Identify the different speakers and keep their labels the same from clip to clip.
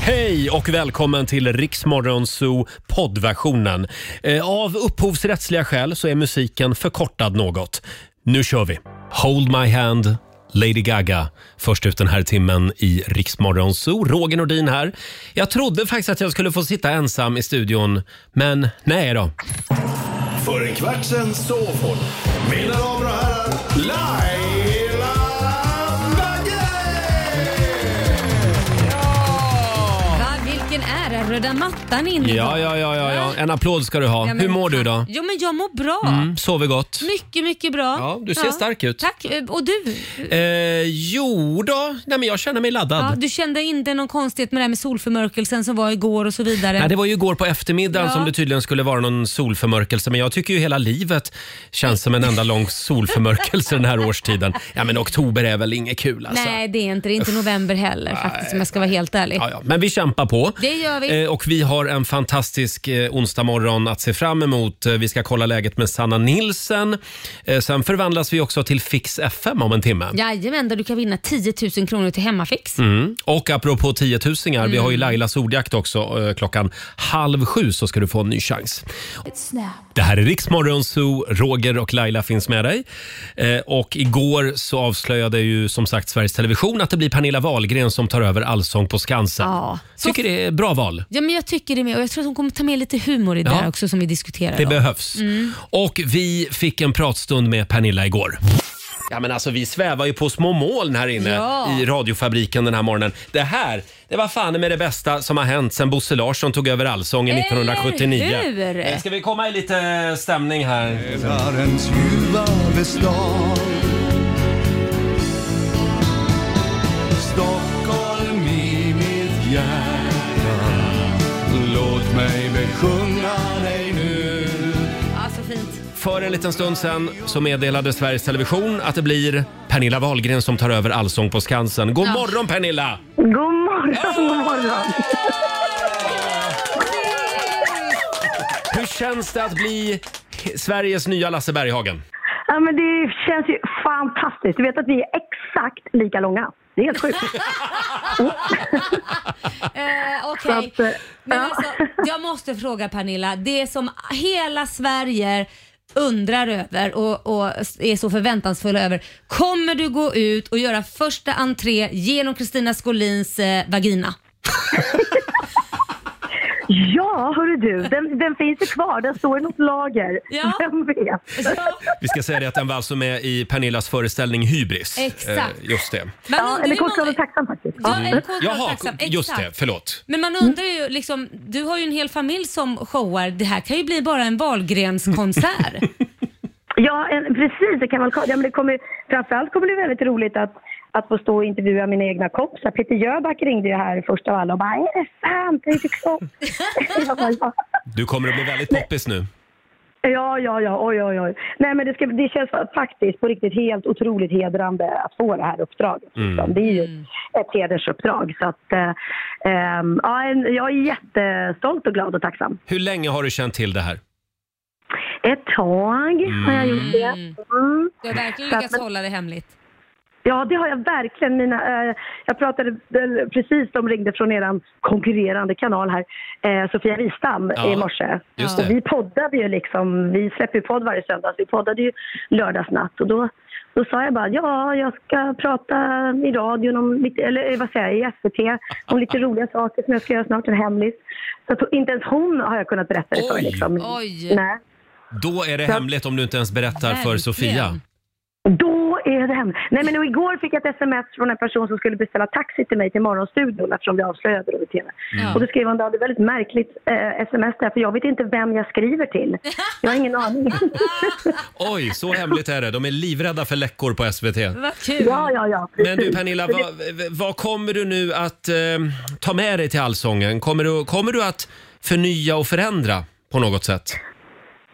Speaker 1: Hej och välkommen till Riksmorgon Zoo poddversionen. Eh, Av upphovsrättsliga skäl så är musiken förkortad något. Nu kör vi! Hold my hand, Lady Gaga. Först ut den här timmen i Riksmorgon Zoo. Roger Nordin här. Jag trodde faktiskt att jag skulle få sitta ensam i studion, men nej då.
Speaker 2: För en kvart sen sov hon. Mina damer och herrar, Laila
Speaker 3: Va, vilken ära röda mattan in idag.
Speaker 1: Ja, ja, ja, ja, ja. En applåd ska du ha.
Speaker 3: Ja, men-
Speaker 1: Hur mår du idag?
Speaker 3: Jo men jag mår bra.
Speaker 1: Mm, sover gott?
Speaker 3: Mycket, mycket bra.
Speaker 1: Ja, du ser stark ut.
Speaker 3: Tack. Och du?
Speaker 1: Eh, jo då. Nej, men jag känner mig laddad.
Speaker 3: Ja, du kände inte någon konstighet med det här med solförmörkelsen som var igår och så vidare?
Speaker 1: Nej, det var ju igår på eftermiddagen
Speaker 3: Ja.
Speaker 1: som det tydligen skulle vara någon solförmörkelse, men jag tycker ju hela livet känns som en enda lång solförmörkelse den här årstiden. Ja, men oktober är väl inget kul alltså.
Speaker 3: Nej, det är inte det. Inte november heller faktiskt om jag ska vara helt ärlig.
Speaker 1: Ja, ja. Men vi kämpar på.
Speaker 3: Det gör vi.
Speaker 1: Eh, och vi har en fantastisk eh, onsdag morgon att se fram emot. Eh, Vi ska kolla läget med Sanna Nilsen. Eh, sen förvandlas vi också till Fix FM om en timme.
Speaker 3: Jajamän, där du kan vinna 10 000 kronor till hemmafix.
Speaker 1: Mm. Och apropå tiotusingar, vi
Speaker 3: Mm.
Speaker 1: har ju Lailas ordjakt också. eh, Klockan halv sju så ska du få en ny chans. Det här är Riksmorgon Zoo. Roger och Laila finns med dig. Eh, och igår så avslöjade ju som sagt Sveriges Television att det blir Pernilla Wahlgren som tar över Allsång på Skansen.
Speaker 3: Ja. Så-
Speaker 1: Tycker det är bra val.
Speaker 3: Ja, men jag tycker det med och jag tror att hon kommer ta med lite humor i det
Speaker 1: Ja.
Speaker 3: här också som vi diskuterar.
Speaker 1: Det
Speaker 3: då.
Speaker 1: behövs.
Speaker 3: Mm.
Speaker 1: Och vi fick en pratstund med Pernilla igår. Ja, men alltså, vi svävar ju på små moln här inne
Speaker 3: Ja.
Speaker 1: i radiofabriken den här morgonen. Det här det var fan med det bästa som har hänt sedan Bosse Larsson tog över Allsången 1979.
Speaker 3: hur?
Speaker 1: Eh, Ska vi komma i lite stämning här?
Speaker 2: Världens ljuva bestad Stockholm i mitt hjärta Låt mig besjunga dig nu
Speaker 3: Ja, så fint.
Speaker 1: För en liten stund sedan så meddelade Sveriges Television att det blir Pernilla Wahlgren som tar över Allsång på Skansen. God
Speaker 3: Ja.
Speaker 1: morgon Pernilla!
Speaker 4: God morgon, god morgon.
Speaker 1: Hur känns det att bli Sveriges nya Lasse Berghagen?
Speaker 4: Ja, men det känns ju fantastiskt. Du vet att vi är exakt lika långa. Det är helt sjukt.
Speaker 3: Eh,
Speaker 4: Så
Speaker 3: Okej,
Speaker 4: att, eh,
Speaker 3: men
Speaker 4: ja.
Speaker 3: alltså, jag måste fråga Pernilla, det som hela Sverige undrar över och, och är så förväntansfulla över. Kommer du gå ut och göra första entré genom Kristina Skolins eh, vagina?
Speaker 4: Ja, hörru du. Den, den finns ju kvar. Den står i något lager.
Speaker 3: Ja.
Speaker 4: Vem vet?
Speaker 1: Vi ska säga det att den var alltså med i Pernillas föreställning Hybris.
Speaker 3: Exakt.
Speaker 1: Eh, just det. Mm.
Speaker 3: Man
Speaker 4: Ja,
Speaker 3: undrar
Speaker 4: eller
Speaker 3: ju
Speaker 4: kort
Speaker 3: många-
Speaker 4: och tacksam faktiskt.
Speaker 3: Ja,
Speaker 4: Ja.
Speaker 3: eller kort och
Speaker 1: Jaha,
Speaker 3: tacksam.
Speaker 1: just det.
Speaker 3: Exakt.
Speaker 1: Förlåt.
Speaker 3: Men man undrar ju, liksom, du har ju en hel familj som showar. Det här kan ju bli bara en Wahlgrens-konsert.
Speaker 4: Ja, en, precis. Det kan man, ja, men det kommer, framförallt kommer det bli väldigt roligt att, att få stå och intervjua mina egna kompisar. Peter Jöback ringde ju här först av alla och bara “Är det sant? Är det fiktion?” Jag bara, "Ja."
Speaker 1: Du kommer att bli väldigt poppis nu.
Speaker 4: Ja, ja, ja. Oj, oj, oj. Nej, men det, ska, det känns faktiskt på riktigt helt otroligt hedrande att få det här uppdraget. liksom. Det är ju ett hedersuppdrag. Så att, eh, ehm, ja, en- jag är jättestolt och glad och tacksam.
Speaker 1: Hur länge har du känt till det här?
Speaker 4: Ett tag har jag gjort det. Mm.
Speaker 3: Du har verkligen
Speaker 4: Så att-
Speaker 3: lyckats hålla det hemligt.
Speaker 4: Ja, det har jag verkligen. Mina, eh, jag pratade väl precis, de ringde från er konkurrerande kanal här, eh, Sofia Wistam
Speaker 1: Ja,
Speaker 4: i morse.
Speaker 1: just
Speaker 4: Och
Speaker 1: det.
Speaker 4: vi poddade ju liksom, vi släpper ju podd varje söndag, så vi poddade ju lördagsnatt och då, då sa jag bara ja, jag ska prata i radion om lite, eller eh, vad säger jag, i SVT om lite roliga saker som jag ska göra snart, en hemlis. Så att inte ens hon har jag kunnat berätta det för.
Speaker 1: Oj.
Speaker 4: Liksom.
Speaker 3: Oj.
Speaker 4: Nej.
Speaker 1: Då är det hemligt om du inte ens berättar för
Speaker 3: Verkligen.
Speaker 1: Sofia.
Speaker 4: Då är den. Nej, men och igår fick jag ett sms från en person som skulle beställa taxi till mig till Morgonstudion eftersom vi avslöjade det i TV.
Speaker 3: Ja.
Speaker 4: Och då skrev hon att det är väldigt märkligt eh, sms där för jag vet inte vem jag skriver till. Jag har ingen aning.
Speaker 1: Oj, så hemligt är det. De är livrädda för läckor på SVT.
Speaker 3: Vad kul.
Speaker 4: ja, ja, ja.
Speaker 1: Men
Speaker 4: Precis.
Speaker 1: du Pernilla, vad, vad kommer du nu att eh, ta med dig till Allsången? Kommer du, kommer du att förnya och förändra på något sätt?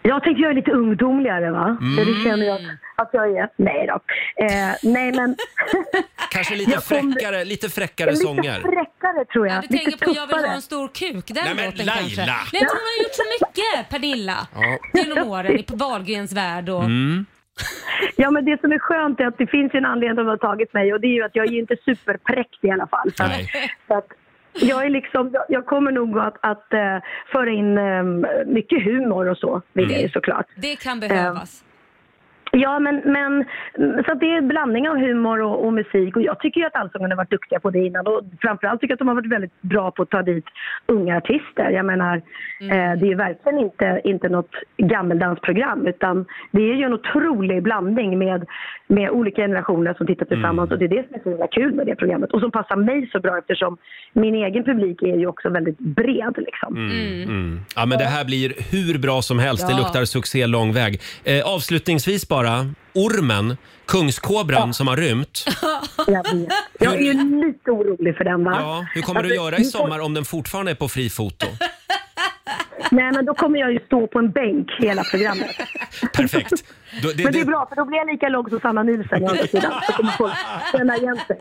Speaker 4: Jag tänkte jag är lite ungdomligare va? Det
Speaker 3: Mm.
Speaker 4: känner jag att jag är. Nej då. Eh, nej men
Speaker 1: Kanske lite
Speaker 4: Jag kommer-
Speaker 1: fräckare, lite fräckare
Speaker 4: lite
Speaker 1: sånger?
Speaker 4: fräckare tror jag.
Speaker 3: Ja, du
Speaker 4: lite
Speaker 3: tänker på Jag vill ha
Speaker 4: tuffare.
Speaker 3: en stor kuk, den
Speaker 1: Nej, men
Speaker 3: låten
Speaker 1: Laila!
Speaker 3: kanske. Nej, men hon har gjort så mycket Pernilla
Speaker 1: Ja.
Speaker 3: genom åren i Wahlgrens värld och
Speaker 1: Mm.
Speaker 4: Ja, men det som är skönt är att det finns ju en anledning till att de har tagit mig och det är ju att jag är ju inte superpräktig i alla fall. Så att,
Speaker 1: Nej.
Speaker 4: så att, Jag, är liksom, jag- jag kommer nog att, att eh, föra in eh, mycket humor och så, vill jag ju såklart.
Speaker 3: Det kan
Speaker 4: Ehm.
Speaker 3: behövas.
Speaker 4: Ja, men, men mm, så att det är en blandning av humor och, och musik. Och jag tycker ju att Allsångarna har varit duktiga på det innan. Och framförallt tycker jag att de har varit väldigt bra på att ta dit unga artister. Jag menar,
Speaker 1: Mm.
Speaker 4: eh, det är ju verkligen inte, inte något gammeldansprogram utan det är ju en otrolig blandning med, med olika generationer som tittar
Speaker 1: Mm.
Speaker 4: tillsammans. Och det är det som är så himla kul med det programmet. Och som passar mig så bra eftersom min egen publik är ju också väldigt bred liksom.
Speaker 1: Mm. Ja, men det här blir hur bra som helst. Det
Speaker 3: Ja.
Speaker 1: luktar succé lång väg. Eh, avslutningsvis bara, ormen, kungskobran som har rymt.
Speaker 4: Jag, vet. jag är ju lite orolig för den va?
Speaker 1: Ja, hur kommer du att
Speaker 4: Alltså,
Speaker 1: göra
Speaker 4: nu
Speaker 1: i
Speaker 4: får-
Speaker 1: sommar om den fortfarande är på fri fot då?
Speaker 4: Nej, men då kommer jag ju stå på en bänk hela programmet.
Speaker 1: Perfekt. Då- det-
Speaker 4: Men det
Speaker 1: det-
Speaker 4: är bra, för då blir jag lika lång som Sanna Nielsen å andra sidan. Så kommer folk känna igen sig.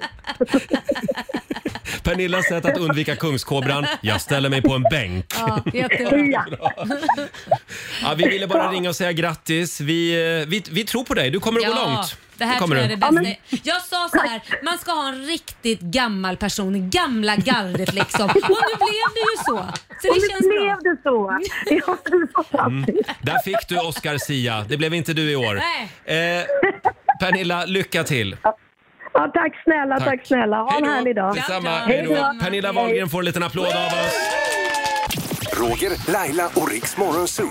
Speaker 1: Pernillas sätt att undvika kungskobran. Jag ställer mig på en bänk.
Speaker 3: Ja, jättebra.
Speaker 4: Ja.
Speaker 1: Ja, vi ville bara ringa och säga grattis. Vi, eh, vi, vi tror på dig. Du kommer att gå långt.
Speaker 3: det här
Speaker 1: kommer
Speaker 3: tror jag
Speaker 1: du.
Speaker 3: är det bästa.
Speaker 4: Ja, men-
Speaker 3: Jag sa så här, man ska ha en riktigt gammal person, gamla gardet liksom. Och nu blev det ju så. Så
Speaker 4: Och
Speaker 3: det
Speaker 4: nu
Speaker 3: känns bra. Mm.
Speaker 4: blev det så! Ja, det är fantastiskt.
Speaker 1: Där fick du Oscar Sia. Det blev inte du i år. Eh, Pernilla, lycka till.
Speaker 4: Ja, tack snälla, tack.
Speaker 1: Tack.
Speaker 4: snälla. Ha
Speaker 1: Hej
Speaker 4: en
Speaker 1: då.
Speaker 4: härlig dag.
Speaker 1: Detsamma.
Speaker 3: Ja,
Speaker 1: Hej då.
Speaker 4: ja.
Speaker 1: Pernilla
Speaker 4: Hej.
Speaker 1: Wahlgren får en liten applåd av oss.
Speaker 2: Roger, Laila och Riks Morgonzoo.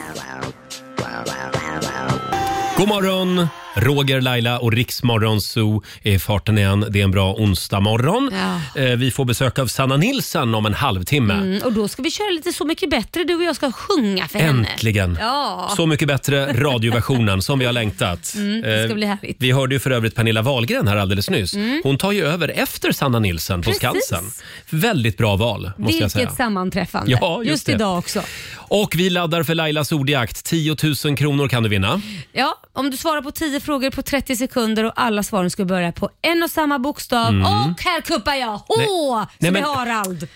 Speaker 1: God morgon! Roger, Laila och Riksmorgon Zoo är i farten igen. Det är en bra onsdag morgon.
Speaker 3: Ja.
Speaker 1: Eh, Vi får besök av Sanna Nilsson om en halvtimme.
Speaker 3: Mm, och då ska vi köra lite Så mycket bättre. Du och jag ska sjunga för henne.
Speaker 1: Äntligen!
Speaker 3: Ja. Mm,
Speaker 1: Så mycket bättre radioversionen som vi har längtat.
Speaker 3: det ska
Speaker 1: Eh,
Speaker 3: bli härligt. Mm.
Speaker 1: Vi hörde ju för övrigt Pernilla Wahlgren här alldeles nyss. Hon tar ju över efter Sanna Nilsson på
Speaker 3: Precis.
Speaker 1: Skansen. Väldigt bra val måste jag säga.
Speaker 3: Vilket sammanträffande.
Speaker 1: Ja, just det.
Speaker 3: idag också.
Speaker 1: Och vi laddar för Lailas ordjakt. 10 000 kronor kan du vinna.
Speaker 3: Ja, om du svarar på 10 frågor på 30 sekunder och alla svaren ska börja på en och samma bokstav. Och här kuppar jag H
Speaker 1: Mm. Nej.
Speaker 3: som
Speaker 1: Nej, men-
Speaker 3: i Harald.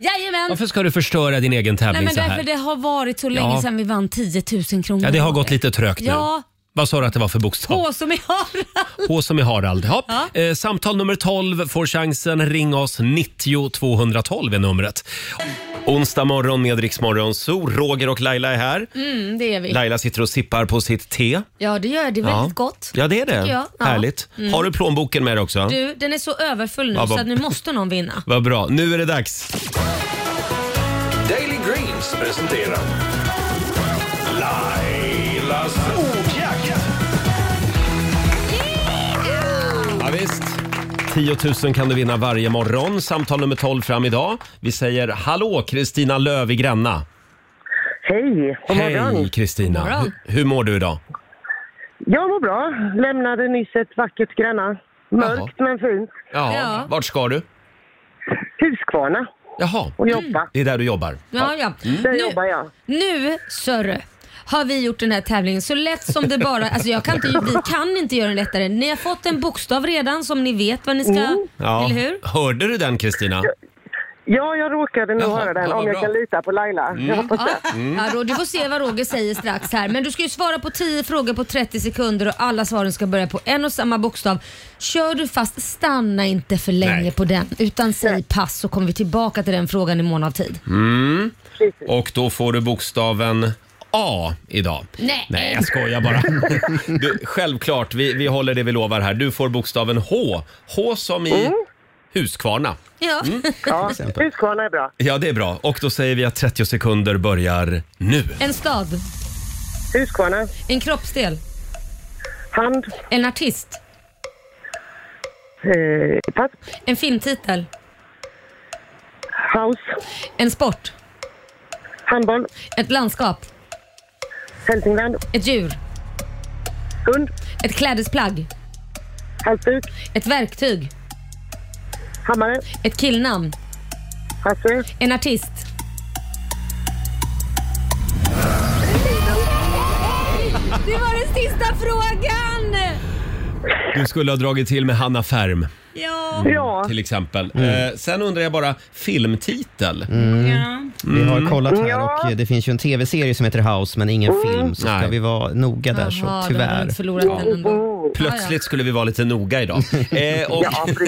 Speaker 3: Jajamän.
Speaker 1: Varför ska du förstöra din egen tävling
Speaker 3: Nej, men
Speaker 1: så här?
Speaker 3: därför det har varit så länge
Speaker 1: Ja.
Speaker 3: sedan vi vann 10 000 kronor.
Speaker 1: Ja, det har gått lite trögt nu.
Speaker 3: Ja.
Speaker 1: Vad sa du att det var för bokstav?
Speaker 3: H som i Harald.
Speaker 1: H som i Harald. Ja. Eh, samtal nummer 12 får chansen. Ring oss. 90 212 är numret. Onsdag morgon med Rix Morgon Zoo. Roger och Laila är här.
Speaker 3: Mm, det är vi.
Speaker 1: Laila sitter och sippar på sitt te.
Speaker 3: Ja, det gör jag. Det är väldigt gott.
Speaker 1: Ja, det är det.
Speaker 3: Tycker jag. Ja. Mm.
Speaker 1: Härligt. Har du plånboken med dig också?
Speaker 3: Du, den är så överfull nu
Speaker 1: Ja, vad-
Speaker 3: så att nu måste någon vinna.
Speaker 1: Vad bra. Nu är det dags.
Speaker 2: Daily Greens presenterar Lailas ordjakt.
Speaker 1: Ja, visst. 10 000 kan du vinna varje morgon. Samtal nummer 12 fram idag. Vi säger hallå Kristina Löf i Gränna.
Speaker 5: Hej, god morgon.
Speaker 1: Hej Kristina.
Speaker 3: God morgon.
Speaker 1: Hur, hur mår du idag?
Speaker 5: Jag mår bra. Lämnade nyss ett vackert Gränna. Mörkt men fint.
Speaker 1: Jaha.
Speaker 3: Ja.
Speaker 1: Vart ska du?
Speaker 5: Huskvarna
Speaker 1: Jaha.
Speaker 5: och jobba. Mm.
Speaker 1: Det är där du jobbar.
Speaker 3: Ja, ja.
Speaker 5: Där
Speaker 3: Nu,
Speaker 5: jobbar jag.
Speaker 3: nu Sörre, har vi gjort den här tävlingen så lätt som det bara... Alltså jag kan inte, vi kan inte göra den lättare. Ni har fått en bokstav redan som ni vet vad ni ska...
Speaker 1: Oh. Ja.
Speaker 3: Eller hur?
Speaker 1: Hörde du den Kristina?
Speaker 5: Ja, jag råkade nu
Speaker 1: Jaha,
Speaker 5: höra den.
Speaker 1: ja, vad
Speaker 5: Om jag
Speaker 1: bra. Mm.
Speaker 5: kan lita på Laila. Jag hoppas det.
Speaker 3: Mm. Ja. Ja, då, du får se vad Roger säger strax här. Men du ska ju svara på 10 frågor på 30 sekunder och alla svaren ska börja på en och samma bokstav. Kör du fast, stanna inte för länge
Speaker 1: Nej.
Speaker 3: på den. Utan säg pass så kommer vi tillbaka till den frågan i mån av tid.
Speaker 1: Mm. Och då får du bokstaven A idag.
Speaker 3: Nej.
Speaker 1: Nej, jag skojar bara. Du, självklart, vi, vi håller det vi lovar här. Du får bokstaven H. H som i
Speaker 5: Mm.
Speaker 1: Huskvarna.
Speaker 3: Ja.
Speaker 1: Mm.
Speaker 5: Ja, Huskvarna är bra.
Speaker 1: Ja, det är bra. Och då säger vi att 30 sekunder börjar nu.
Speaker 3: En stad,
Speaker 5: Huskvarna.
Speaker 3: en kroppsdel,
Speaker 5: Hand.
Speaker 3: en artist,
Speaker 5: Eh, pass.
Speaker 3: en filmtitel,
Speaker 5: House.
Speaker 3: en sport,
Speaker 5: Handboll.
Speaker 3: ett landskap,
Speaker 5: Hälsingland.
Speaker 3: ett djur,
Speaker 5: Hund.
Speaker 3: ett klädesplagg,
Speaker 5: Halsduk.
Speaker 3: ett verktyg,
Speaker 5: Hammare.
Speaker 3: ett killnamn,
Speaker 5: Hasse.
Speaker 3: en artist. Det var den sista frågan!
Speaker 1: Du skulle ha dragit till med Hanna Färm
Speaker 3: Ja.
Speaker 5: Ja,
Speaker 1: Mm.
Speaker 5: Mm.
Speaker 1: till exempel. Eh, sen undrar jag bara, filmtitel?
Speaker 6: Mm. Vi
Speaker 1: Mm.
Speaker 6: har kollat här
Speaker 5: Ja.
Speaker 6: och det finns ju en tv-serie som heter House men ingen film. Så ska
Speaker 1: Nej.
Speaker 6: vi vara noga där så
Speaker 3: Mm. Jaha, då har
Speaker 6: tyvärr.
Speaker 3: du förlorat den ändå.
Speaker 5: Oh.
Speaker 1: Plötsligt skulle vi vara lite noga idag. Eh, och,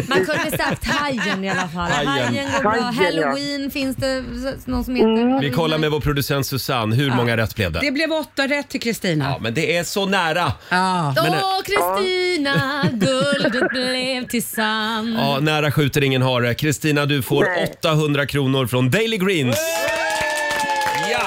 Speaker 3: Man kunde sagt hajen i alla fall.
Speaker 1: Hajen.
Speaker 3: Hajen går bra.
Speaker 1: Hajen, ja.
Speaker 3: Halloween finns det s- någon som heter.
Speaker 5: Mm.
Speaker 1: vi
Speaker 3: Halloween.
Speaker 1: kollar med vår producent Susanne, hur
Speaker 7: Ja.
Speaker 1: många rätt blev det?
Speaker 7: Det blev åtta rätt till Kristina.
Speaker 1: Ja, men det är så nära.
Speaker 7: Ja.
Speaker 1: Men, eh,
Speaker 3: Åh Kristina, guldet blev till sand.
Speaker 1: Ja, nära skjuter ingen hare. Kristina, du får 800 kronor från Daily Greens. Ja.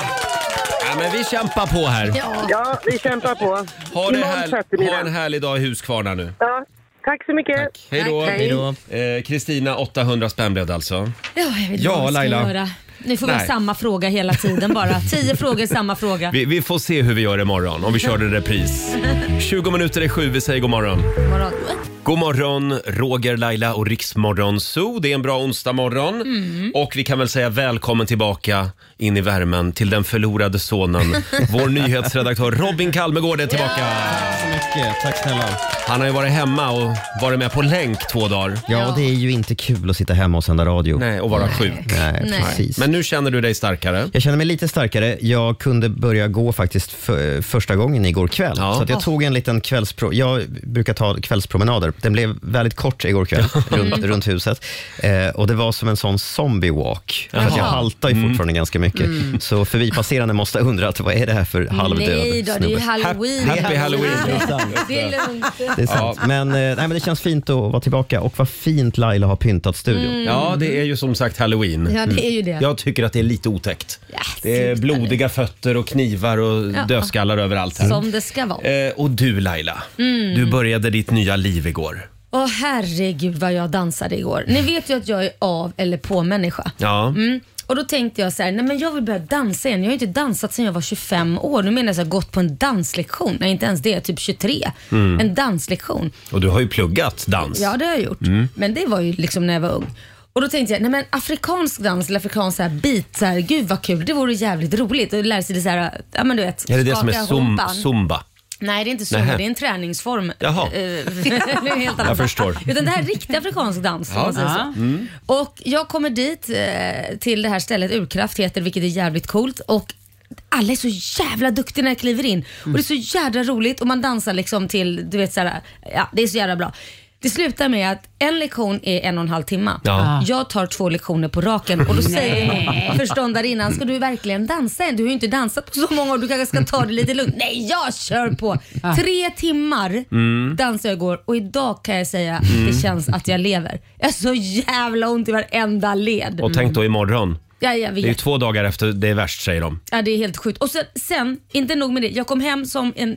Speaker 1: ja, men vi kämpar på här.
Speaker 5: Ja, vi kämpar på.
Speaker 1: Ha, det
Speaker 5: Imorgon sätter
Speaker 1: här,
Speaker 5: ni
Speaker 1: ha
Speaker 5: den.
Speaker 1: en härlig dag i Huskvarna nu.
Speaker 5: Ja, tack så mycket. Tack.
Speaker 1: Hej då. Eh, Kristina, 800 spänn blev det alltså.
Speaker 3: Ja, jag vet
Speaker 1: Ja,
Speaker 3: inte vad vi ska
Speaker 1: Laila.
Speaker 3: göra. Nu får vi
Speaker 1: Nej.
Speaker 3: ha samma fråga hela tiden bara. Tio frågor, samma fråga.
Speaker 1: Vi, vi får se hur vi gör imorgon om vi kör en repris. 20 minuter i sju, vi säger god morgon.
Speaker 3: Morgon.
Speaker 1: God morgon, Roger, Laila och Riksmorgon Zoo. Det är en bra onsdag morgon.
Speaker 2: Mm.
Speaker 1: Och vi kan väl säga välkommen tillbaka in i värmen till den förlorade sonen. Vår nyhetsredaktör Robin Kalmegård är tillbaka. Tack så mycket. Tack snälla. Han har ju varit hemma och varit med på länk två dagar.
Speaker 8: Ja, det är ju inte kul att sitta hemma och sända radio.
Speaker 1: Nej, och vara sjuk.
Speaker 8: Nej,
Speaker 1: Nej.
Speaker 8: precis.
Speaker 1: Men nu känner du dig starkare?
Speaker 8: Jag känner mig lite starkare. Jag kunde börja gå faktiskt för, första gången igår kväll. Så att jag
Speaker 1: Ah.
Speaker 8: tog en liten kvällspro... Jag brukar ta kvällspromenader. Den blev väldigt kort igår kväll, runt,
Speaker 3: Mm.
Speaker 8: runt huset. Eh, och det var som en sån zombie walk. För att jag
Speaker 3: Jaha.
Speaker 8: haltar ju fortfarande ganska mycket.
Speaker 3: Mm.
Speaker 8: Så förbipasserande måste undra att vad är det här för halvdöd
Speaker 3: Nej då, det är ju
Speaker 8: snubbe?
Speaker 3: halloween.
Speaker 8: Happy- happy halloween. Det är sant.
Speaker 3: Det är lugnt.
Speaker 8: Det är sant. Men, eh, nej, men det känns fint att vara tillbaka och vad fint Laila har pyntat studion.
Speaker 3: Mm. Ja, det
Speaker 1: är ju som sagt halloween.
Speaker 3: Ja, det är ju det.
Speaker 1: Mm. Jag tycker att det är lite otäckt. det är blodiga fötter och knivar och
Speaker 3: Ja.
Speaker 1: dödskallar överallt. Här.
Speaker 3: Som det ska vara.
Speaker 1: Eh, och du Laila,
Speaker 3: Mm.
Speaker 1: du började ditt nya liv igår.
Speaker 3: Åh herregud vad jag dansade igår. Ni vet ju att jag är av eller på människa.
Speaker 1: Ja.
Speaker 3: Mm. Och då tänkte jag så här, nej men jag vill börja dansa igen. Jag har ju inte dansat sedan jag var 25 år. Nu menar jag så här, gått på en danslektion. Nej inte ens det, typ 23.
Speaker 1: Mm.
Speaker 3: En danslektion.
Speaker 1: Och du har ju pluggat dans.
Speaker 3: Ja det har jag gjort.
Speaker 1: Mm.
Speaker 3: Men det var ju liksom när jag var ung. Och då tänkte jag, nej men afrikansk dans eller afrikansk så här beat, så här, gud vad kul, det vore jävligt roligt. Och lära sig det så här, ja men du vet,
Speaker 1: Är det det som är
Speaker 3: skaka
Speaker 1: zum,
Speaker 3: rumpan.
Speaker 1: zumba?
Speaker 3: Nej, det är inte så.
Speaker 1: Nähä.
Speaker 3: Det är en träningsform.
Speaker 1: Jaha.
Speaker 3: Eh, det är en helt annan
Speaker 1: Jag
Speaker 3: dans.
Speaker 1: förstår.
Speaker 3: Utan det här är riktig afrikansk dans. om man säger så.
Speaker 1: Mm.
Speaker 3: Och jag kommer dit eh, till det här stället, Urkraft heter vilket är jävligt coolt. Och alla är så jävla duktiga när jag kliver in. Och det är så jävla roligt och man dansar liksom till, du vet såhär, ja det är så jävla bra. Det slutar med att en lektion är en och en halv timme.
Speaker 2: Ja.
Speaker 3: Jag tar två lektioner på raken och då
Speaker 2: Nej.
Speaker 3: säger förståndarinnan, ska du verkligen dansa än? Du har ju inte dansat på så många år, du kanske ska ta det lite lugnt. Nej, jag kör på! Tre timmar
Speaker 2: Mm.
Speaker 3: dansade jag igår och idag kan jag säga att
Speaker 1: Mm.
Speaker 3: det känns att jag lever. Jag har så jävla ont i varenda led.
Speaker 1: Och tänk då imorgon.
Speaker 3: Ja, jag
Speaker 1: Det är ju
Speaker 3: vet.
Speaker 1: två dagar efter det är värst säger de.
Speaker 3: Ja, det är helt sjukt. Och sen, sen, inte nog med det, jag kom hem som en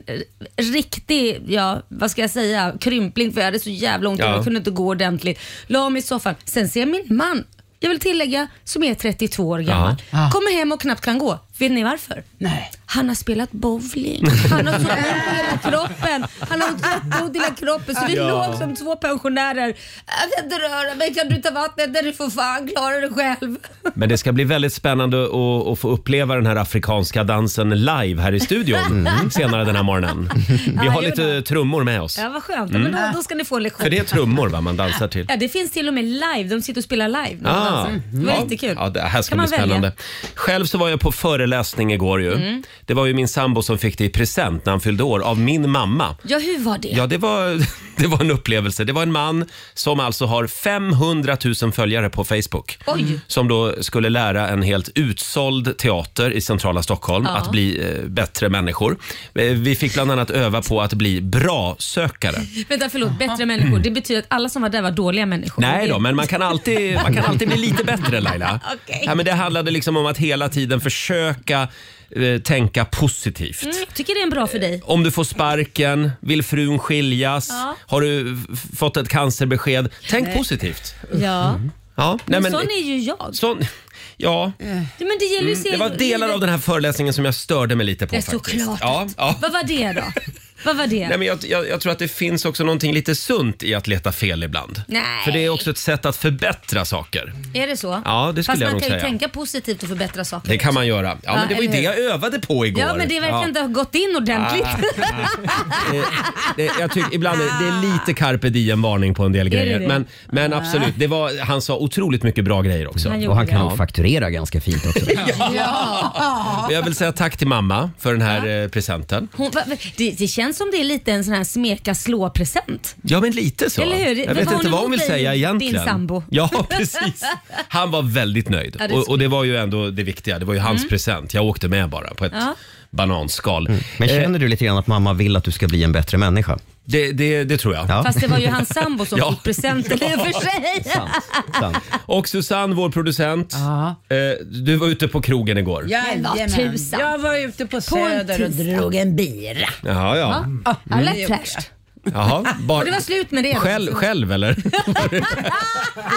Speaker 3: eh, riktig, ja vad ska jag säga, krympling för jag hade så jävla ont i
Speaker 2: Ja.
Speaker 3: jag kunde inte gå ordentligt. La mig i soffan, sen ser jag min man, jag vill tillägga, som är 32 år gammal,
Speaker 2: Ja. Ja.
Speaker 3: kommer hem och knappt kan gå. Vet ni varför? Nej. Han har spelat bowling. Han har så ont i hela kroppen. Han har jätteont i hela kroppen så vi
Speaker 2: Ja.
Speaker 3: låg som två pensionärer. Jag kan inte röra mig, kan du ta vattnet? Nej, Du får fan klara dig själv.
Speaker 1: Men det ska bli väldigt spännande att, att få uppleva den här afrikanska dansen live här i studion
Speaker 3: Mm.
Speaker 1: senare den här morgonen. Vi
Speaker 3: Ja,
Speaker 1: har
Speaker 3: jo
Speaker 1: lite trummor med oss.
Speaker 3: Ja, vad skönt.
Speaker 1: Mm.
Speaker 3: Men då, då ska ni få en lektion.
Speaker 1: För det är trummor va, man dansar till.
Speaker 3: Ja, det finns till och med live. De sitter och spelar live.
Speaker 1: Ah.
Speaker 3: Ah. Det var jättekul.
Speaker 1: Ja, det här ska
Speaker 3: Kan
Speaker 1: bli
Speaker 3: man
Speaker 1: spännande.
Speaker 3: välja?
Speaker 1: Själv så var jag på föreläsning igår ju.
Speaker 3: Mm.
Speaker 1: Det var ju min sambo som fick det i present när han fyllde år av min mamma.
Speaker 3: Ja, hur var det?
Speaker 1: Ja, det var, det var en upplevelse. Det var en man som alltså har 500 000 följare på Facebook. Mm.
Speaker 3: Oj.
Speaker 1: Som då skulle lära en helt utsåld teater i centrala Stockholm
Speaker 2: Ja.
Speaker 1: att bli eh, bättre människor. Eh, vi fick bland annat öva på att bli bra-sökare.
Speaker 3: Vänta, förlåt. Bättre människor. Det betyder att alla som var där var dåliga människor.
Speaker 1: Nej
Speaker 3: Det-
Speaker 1: då, men man kan alltid, man kan alltid bli lite bättre Laila.
Speaker 3: Okej.
Speaker 1: Ja, men det handlade liksom om att hela tiden försöka eh, tänka positivt.
Speaker 3: Mm, jag tycker det är en bra för dig.
Speaker 1: Om du får sparken, vill frun skiljas,
Speaker 3: Ja.
Speaker 1: har du f- fått ett cancerbesked. Tänk
Speaker 3: Nej.
Speaker 1: positivt.
Speaker 3: Ja.
Speaker 1: Ja, nej,
Speaker 3: men,
Speaker 1: men,
Speaker 3: sån är ju jag.
Speaker 1: sån, ja.
Speaker 3: Ja, Men det gäller ju att
Speaker 1: Mm,
Speaker 3: se...
Speaker 1: det var delar av den här föreläsningen som jag störde mig lite på.
Speaker 3: Ja,
Speaker 1: faktiskt.
Speaker 3: såklart.
Speaker 1: Ja, ja.
Speaker 3: Vad var det då? Vad var det?
Speaker 1: Nej, men jag, jag, jag tror att det finns också någonting lite sunt i att leta fel ibland.
Speaker 3: Nej.
Speaker 1: För det är också ett sätt att förbättra saker.
Speaker 3: Är det så?
Speaker 1: Ja, det skulle
Speaker 3: Fast
Speaker 1: jag
Speaker 3: man
Speaker 1: nog
Speaker 3: kan ju
Speaker 1: säga.
Speaker 3: tänka positivt och förbättra saker.
Speaker 1: Det kan man göra. Ja,
Speaker 3: Ja,
Speaker 1: men det var ju
Speaker 3: eller
Speaker 1: det
Speaker 3: hur?
Speaker 1: jag övade på igår.
Speaker 3: Ja, men det verkar
Speaker 1: Ja.
Speaker 3: inte ha gått in ordentligt.
Speaker 1: Eh, det, jag tycker ibland är det är lite carpe diem-varning på en del
Speaker 3: Är det
Speaker 1: grejer.
Speaker 3: det?
Speaker 1: Men, men
Speaker 3: Ah.
Speaker 1: absolut, det var, han sa otroligt mycket bra grejer också.
Speaker 3: Han gjorde Och han kan det. nog
Speaker 1: fakturera ganska fint också.
Speaker 3: ja.
Speaker 1: Jag vill säga tack till mamma för den här eh, presenten.
Speaker 3: Hon, va, va- det, det känns känns som det är lite en sån här smeka slå-present.
Speaker 1: Ja, men lite så.
Speaker 3: Eller hur?
Speaker 1: Jag
Speaker 3: Vad
Speaker 1: vet
Speaker 3: har
Speaker 1: inte
Speaker 3: ni
Speaker 1: vad hon
Speaker 3: mot
Speaker 1: vill
Speaker 3: dig,
Speaker 1: säga
Speaker 3: din
Speaker 1: egentligen.
Speaker 3: sambo?
Speaker 1: Ja, precis. Han var väldigt nöjd.
Speaker 3: Ja, det är
Speaker 1: och, och det var ju ändå det viktiga. Det var ju hans
Speaker 3: Mm.
Speaker 1: present. Jag åkte med bara på ett
Speaker 3: Ja.
Speaker 1: bananskal.
Speaker 8: Mm.
Speaker 1: Eh,
Speaker 8: Men känner du lite grann att mamma vill att du ska bli en bättre människa?
Speaker 1: Det, det, det tror jag.
Speaker 3: Fast det var ju hans sambo som
Speaker 1: Ja.
Speaker 3: fick presenten i och för sig.
Speaker 1: Och Susanne, vår producent. Eh, du var ute på krogen igår.
Speaker 3: Men vad tusan.
Speaker 7: Jag var ute på
Speaker 3: en
Speaker 7: Söder och
Speaker 3: tisdag.
Speaker 7: drog en bira.
Speaker 1: Jaha, ja.
Speaker 3: Ja,
Speaker 1: Mm.
Speaker 3: lätt fräscht.
Speaker 1: Jaha, bara...
Speaker 3: Och det var slut med det.
Speaker 1: Själv, själv eller?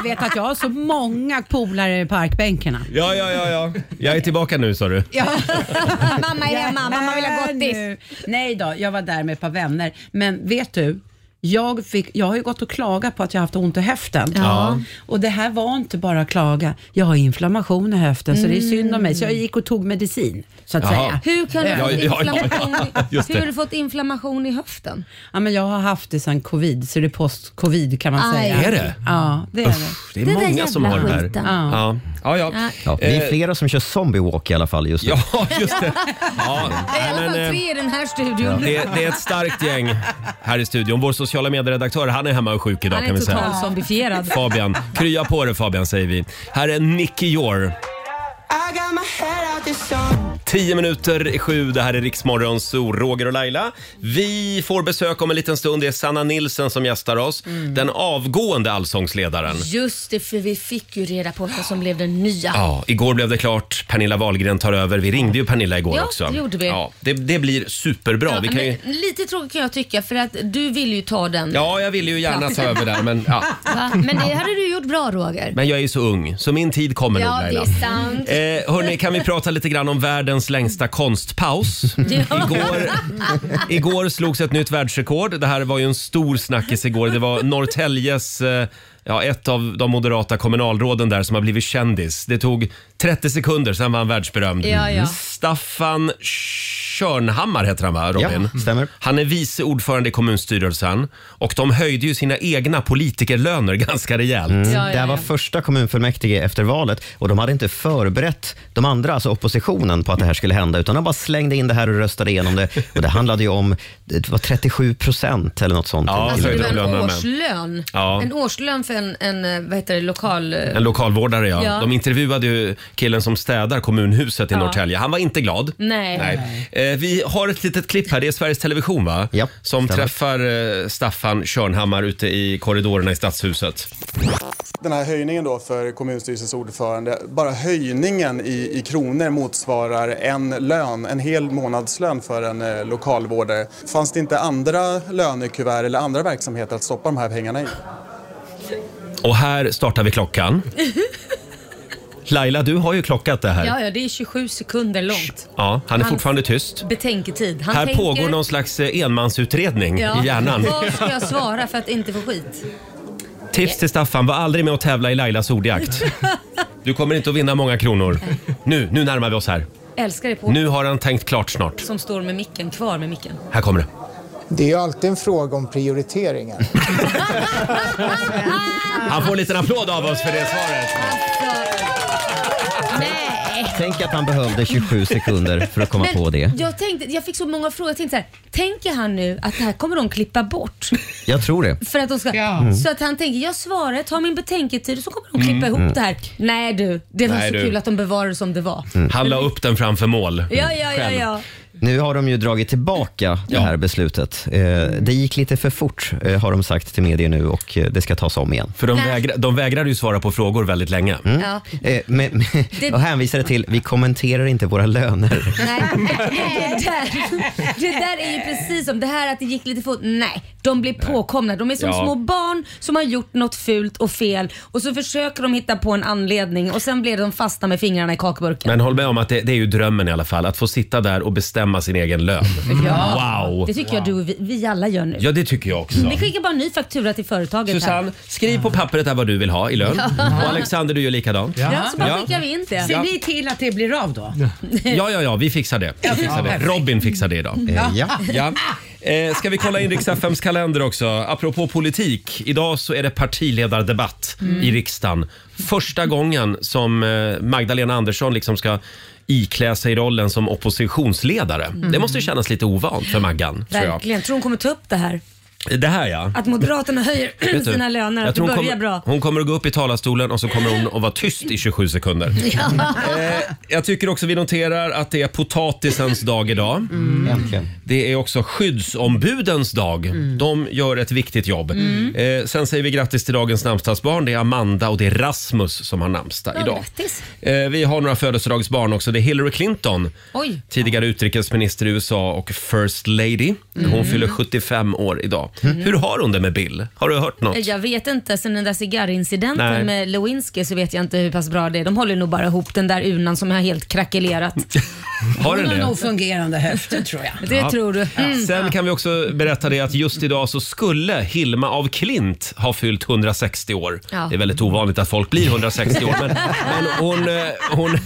Speaker 7: Du vet att jag har så många polare i parkbänkarna.
Speaker 1: Ja, ja, ja, ja. Jag är tillbaka nu sa du.
Speaker 3: mamma är hemma, mamma vill ha gottis.
Speaker 7: Nu. Nej då, jag var där med ett par vänner. Men vet du, jag, fick, jag har ju gått och klagat på att jag haft ont i höften.
Speaker 9: Ja.
Speaker 7: Och det här var inte bara klaga. Jag har inflammation i höften så det
Speaker 3: Mm.
Speaker 7: är synd om mig. Så jag gick och tog medicin så att
Speaker 9: Jaha.
Speaker 7: säga.
Speaker 3: Hur kan du ha fått inflammation?
Speaker 7: Just
Speaker 3: Hur har
Speaker 7: det.
Speaker 3: du fått inflammation i höften?
Speaker 7: Ja, men jag har haft det sedan covid, så det är post-covid kan man
Speaker 3: Aj.
Speaker 7: säga.
Speaker 1: Är det?
Speaker 7: Ja, det är
Speaker 1: Uff,
Speaker 7: det.
Speaker 1: det är Det där många som jävla har det där. skiten.
Speaker 7: Ja.
Speaker 1: Ja. Ja, ja.
Speaker 8: Ja, vi är
Speaker 1: Eh,
Speaker 8: flera som kör zombie walk i alla fall just nu.
Speaker 1: Ja, just det. Ja,
Speaker 3: Det är
Speaker 1: nej,
Speaker 3: i alla
Speaker 1: men,
Speaker 3: fall
Speaker 1: eh,
Speaker 3: tre i den här
Speaker 1: Ja.
Speaker 3: studion.
Speaker 1: Det, det är ett starkt gäng här i studion. Vår sociala medieredaktör, han är hemma och sjuk idag
Speaker 3: Han
Speaker 1: kan
Speaker 3: är
Speaker 1: vi säga.
Speaker 3: totalt zombifierad.
Speaker 1: Fabian, krya på dig Fabian säger vi. Här är Nicky Jor. Tio minuter i sju, det här är Riksmorgon Zoo, Roger och Laila. Vi får besök om en liten stund, det är Sanna Nilsson som gästar oss. Den avgående allsångsledaren.
Speaker 10: Just det, för vi fick ju reda på vem som blev den nya.
Speaker 1: Ja, igår blev det klart. Pernilla Wahlgren tar över. Vi ringde ju Pernilla igår
Speaker 10: Ja,
Speaker 1: också.
Speaker 10: det gjorde vi.
Speaker 1: Ja, det, det blir superbra.
Speaker 10: Ja,
Speaker 1: vi kan ju...
Speaker 10: men Lite tråkigt kan jag tycka för att du vill ju ta den.
Speaker 1: Ja, jag ville ju gärna ta
Speaker 10: platsen.
Speaker 1: över där, men ja.
Speaker 10: Va? Men det hade du gjort bra Roger.
Speaker 1: Men jag är ju så ung, så min tid kommer
Speaker 10: Ja,
Speaker 1: nog
Speaker 10: det är
Speaker 1: Laila.
Speaker 10: sant.
Speaker 1: Eh, hörni, kan vi prata lite grann om världens längsta konstpaus? Igår, igår slogs ett nytt världsrekord. Det här var ju en stor snackis igår. Det var Norrtäljes eh, Ja, ett av de moderata kommunalråden där som har blivit kändis. Det tog 30 sekunder, sen var han världsberömd.
Speaker 10: Ja, ja.
Speaker 1: Staffan Körnhammar heter han va, Robin? Mm.
Speaker 8: Ja, stämmer.
Speaker 1: Han är vice ordförande i kommunstyrelsen och de höjde ju sina egna politikerlöner ganska rejält.
Speaker 8: Mm. det här var första kommunfullmäktige efter valet och de hade inte förberett de andra, alltså oppositionen, på att det här skulle hända utan de bara slängde in det här och röstade igenom det. Och det handlade ju om det var 37 procent eller något sånt.
Speaker 1: Ja,
Speaker 10: Alltså det var en
Speaker 1: Lönen med.
Speaker 10: årslön.
Speaker 1: Ja.
Speaker 10: En årslön för en, en eh, vad heter det, lokal... eh,
Speaker 1: En lokalvårdare ja.
Speaker 10: Ja.
Speaker 1: De intervjuade ju killen som städar kommunhuset i
Speaker 10: Ja.
Speaker 1: Norrtälje. Han var inte glad.
Speaker 10: Nej.
Speaker 1: Eh, vi har ett litet klipp här. Det är Sveriges Television va? som träffar eh, Staffan Körnhammar ute i korridorerna i Stadshuset.
Speaker 11: Den här höjningen då för kommunstyrelsens ordförande, bara höjningen i, i kronor motsvarar en lön, en hel månadslön för en eh, lokalvårdare. Fanns det inte andra lönekuvert eller andra verksamheter att stoppa de här pengarna i?
Speaker 1: Och här startar vi klockan. Laila, du har ju klockat det här.
Speaker 10: Ja, ja, det är 27 sekunder långt.
Speaker 1: Ja, han är
Speaker 10: Han-
Speaker 1: fortfarande tyst.
Speaker 10: Betänketid. Han
Speaker 1: här
Speaker 10: tänker,
Speaker 1: pågår någon slags eh, enmansutredning i hjärnan.
Speaker 10: Vad ska jag svara för att inte få skit?
Speaker 1: Tips till Staffan, var aldrig med och tävla i Lailas ordjakt. Du kommer inte att vinna många kronor. Nu, nu närmar vi oss här.
Speaker 10: Älskar det på.
Speaker 1: Nu har han tänkt klart snart.
Speaker 10: Som står med micken, kvar med micken.
Speaker 1: Här kommer det.
Speaker 12: Det är ju alltid en fråga om prioriteringar.
Speaker 1: Han får en liten applåd av oss för det svaret.
Speaker 8: Tänk att han behövde 27 sekunder för att komma
Speaker 10: Men
Speaker 8: på det.
Speaker 10: Jag, tänkte, jag fick så många frågor. Jag tänkte så här, tänker han nu att det här kommer de klippa bort?
Speaker 8: Jag tror det.
Speaker 10: För att de ska,
Speaker 8: Mm.
Speaker 10: Så att han tänker, jag svarar, tar min betänketid och så kommer de klippa
Speaker 1: Mm.
Speaker 10: ihop
Speaker 1: Mm.
Speaker 10: det här. Nej du, det var
Speaker 1: Nej,
Speaker 10: så
Speaker 1: du.
Speaker 10: kul att de bevarade det som det var.
Speaker 1: Han la upp den framför mål.
Speaker 10: Ja, ja, ja,
Speaker 1: Själv.
Speaker 10: ja.
Speaker 8: Mm. Nu har de ju dragit tillbaka det här beslutet. Eh, det gick lite för fort eh, har de sagt till medier nu och eh, det ska tas om igen.
Speaker 1: För de, vägra, de vägrade ju svara på frågor väldigt länge.
Speaker 8: Mm.
Speaker 10: Ja.
Speaker 8: Eh, men, men,
Speaker 10: Det-
Speaker 8: och hänvisade till, vi kommenterar inte våra löner.
Speaker 10: Nej, det där, det där är ju precis som det här att det gick lite fort. Nej, de blir påkomna. De är som
Speaker 8: Ja.
Speaker 10: små barn som har gjort något fult och fel och så försöker de hitta på en anledning och sen blir de fastna med fingrarna i kakburken.
Speaker 1: Men håll med om att det, det är ju drömmen i alla fall. Att få sitta där och bestämma sin egen lön. Wow!
Speaker 10: Det tycker jag du och vi, vi alla gör nu.
Speaker 1: Ja, det tycker jag
Speaker 3: Mm,
Speaker 1: också.
Speaker 10: Vi skickar bara en ny faktura till företaget
Speaker 1: Susanne,
Speaker 10: här.
Speaker 1: skriv på pappret där vad du vill ha i lön.
Speaker 10: Ja.
Speaker 1: Och Alexander, du gör likadant.
Speaker 10: Ja, så bara skickar vi in det.
Speaker 1: Ja.
Speaker 7: Se till att det blir av då.
Speaker 1: Ja, ja, ja, vi fixar det. Vi
Speaker 7: Ja,
Speaker 1: fixar det.
Speaker 7: perfekt.
Speaker 3: Mm.
Speaker 1: Robin fixar det idag.
Speaker 7: Ja.
Speaker 1: ja. Eh, ska vi kolla in riks kalender också? Apropå politik. Idag så är det partiledardebatt
Speaker 9: Mm.
Speaker 1: i riksdagen. Första gången som eh, Magdalena Andersson liksom ska iklä sig rollen som oppositionsledare.
Speaker 3: Mm.
Speaker 1: Det måste ju kännas lite ovant för Maggan. Tror jag.
Speaker 3: Verkligen. Tror hon kommer ta upp det här?
Speaker 1: Det här ja.
Speaker 3: Att Moderaterna höjer
Speaker 1: Vet du,
Speaker 3: sina löner,
Speaker 1: jag
Speaker 3: att det
Speaker 1: tror
Speaker 3: börjar
Speaker 1: hon kommer,
Speaker 3: bra.
Speaker 1: Hon kommer att gå upp i talarstolen och så kommer hon att vara tyst i 27 sekunder. Eh, jag tycker också vi noterar att det är potatisens dag idag.
Speaker 8: Äntligen.
Speaker 1: Det är också skyddsombudens dag. De gör ett viktigt jobb.
Speaker 9: Mm.
Speaker 1: Eh, sen säger vi grattis till dagens namnsdagsbarn. Det är Amanda och det är Rasmus som har namnsdag
Speaker 3: Ja,
Speaker 1: idag.
Speaker 3: grattis.
Speaker 1: Eh, vi har några födelsedagsbarn också. Det är Hillary Clinton,
Speaker 3: Oj.
Speaker 1: tidigare utrikesminister i USA och first lady. Hon
Speaker 3: Mm.
Speaker 1: fyller 75 år idag. Hur har hon det med Bill? Har du hört något?
Speaker 3: Jag vet inte. Sen den där cigarrincidenten
Speaker 1: Nej.
Speaker 3: med Lewinsky så vet jag inte hur pass bra det är. De håller nog bara ihop den där urnan som har helt krackelerat.
Speaker 1: Har den det?
Speaker 3: fungerande höfter tror jag. Det
Speaker 1: Ja.
Speaker 3: tror du. Mm.
Speaker 1: Sen kan vi också berätta det att just idag så skulle Hilma av Klint ha fyllt 160 år.
Speaker 9: Ja.
Speaker 1: Det är väldigt ovanligt att folk blir 160 år. Men, men hon, eh, hon,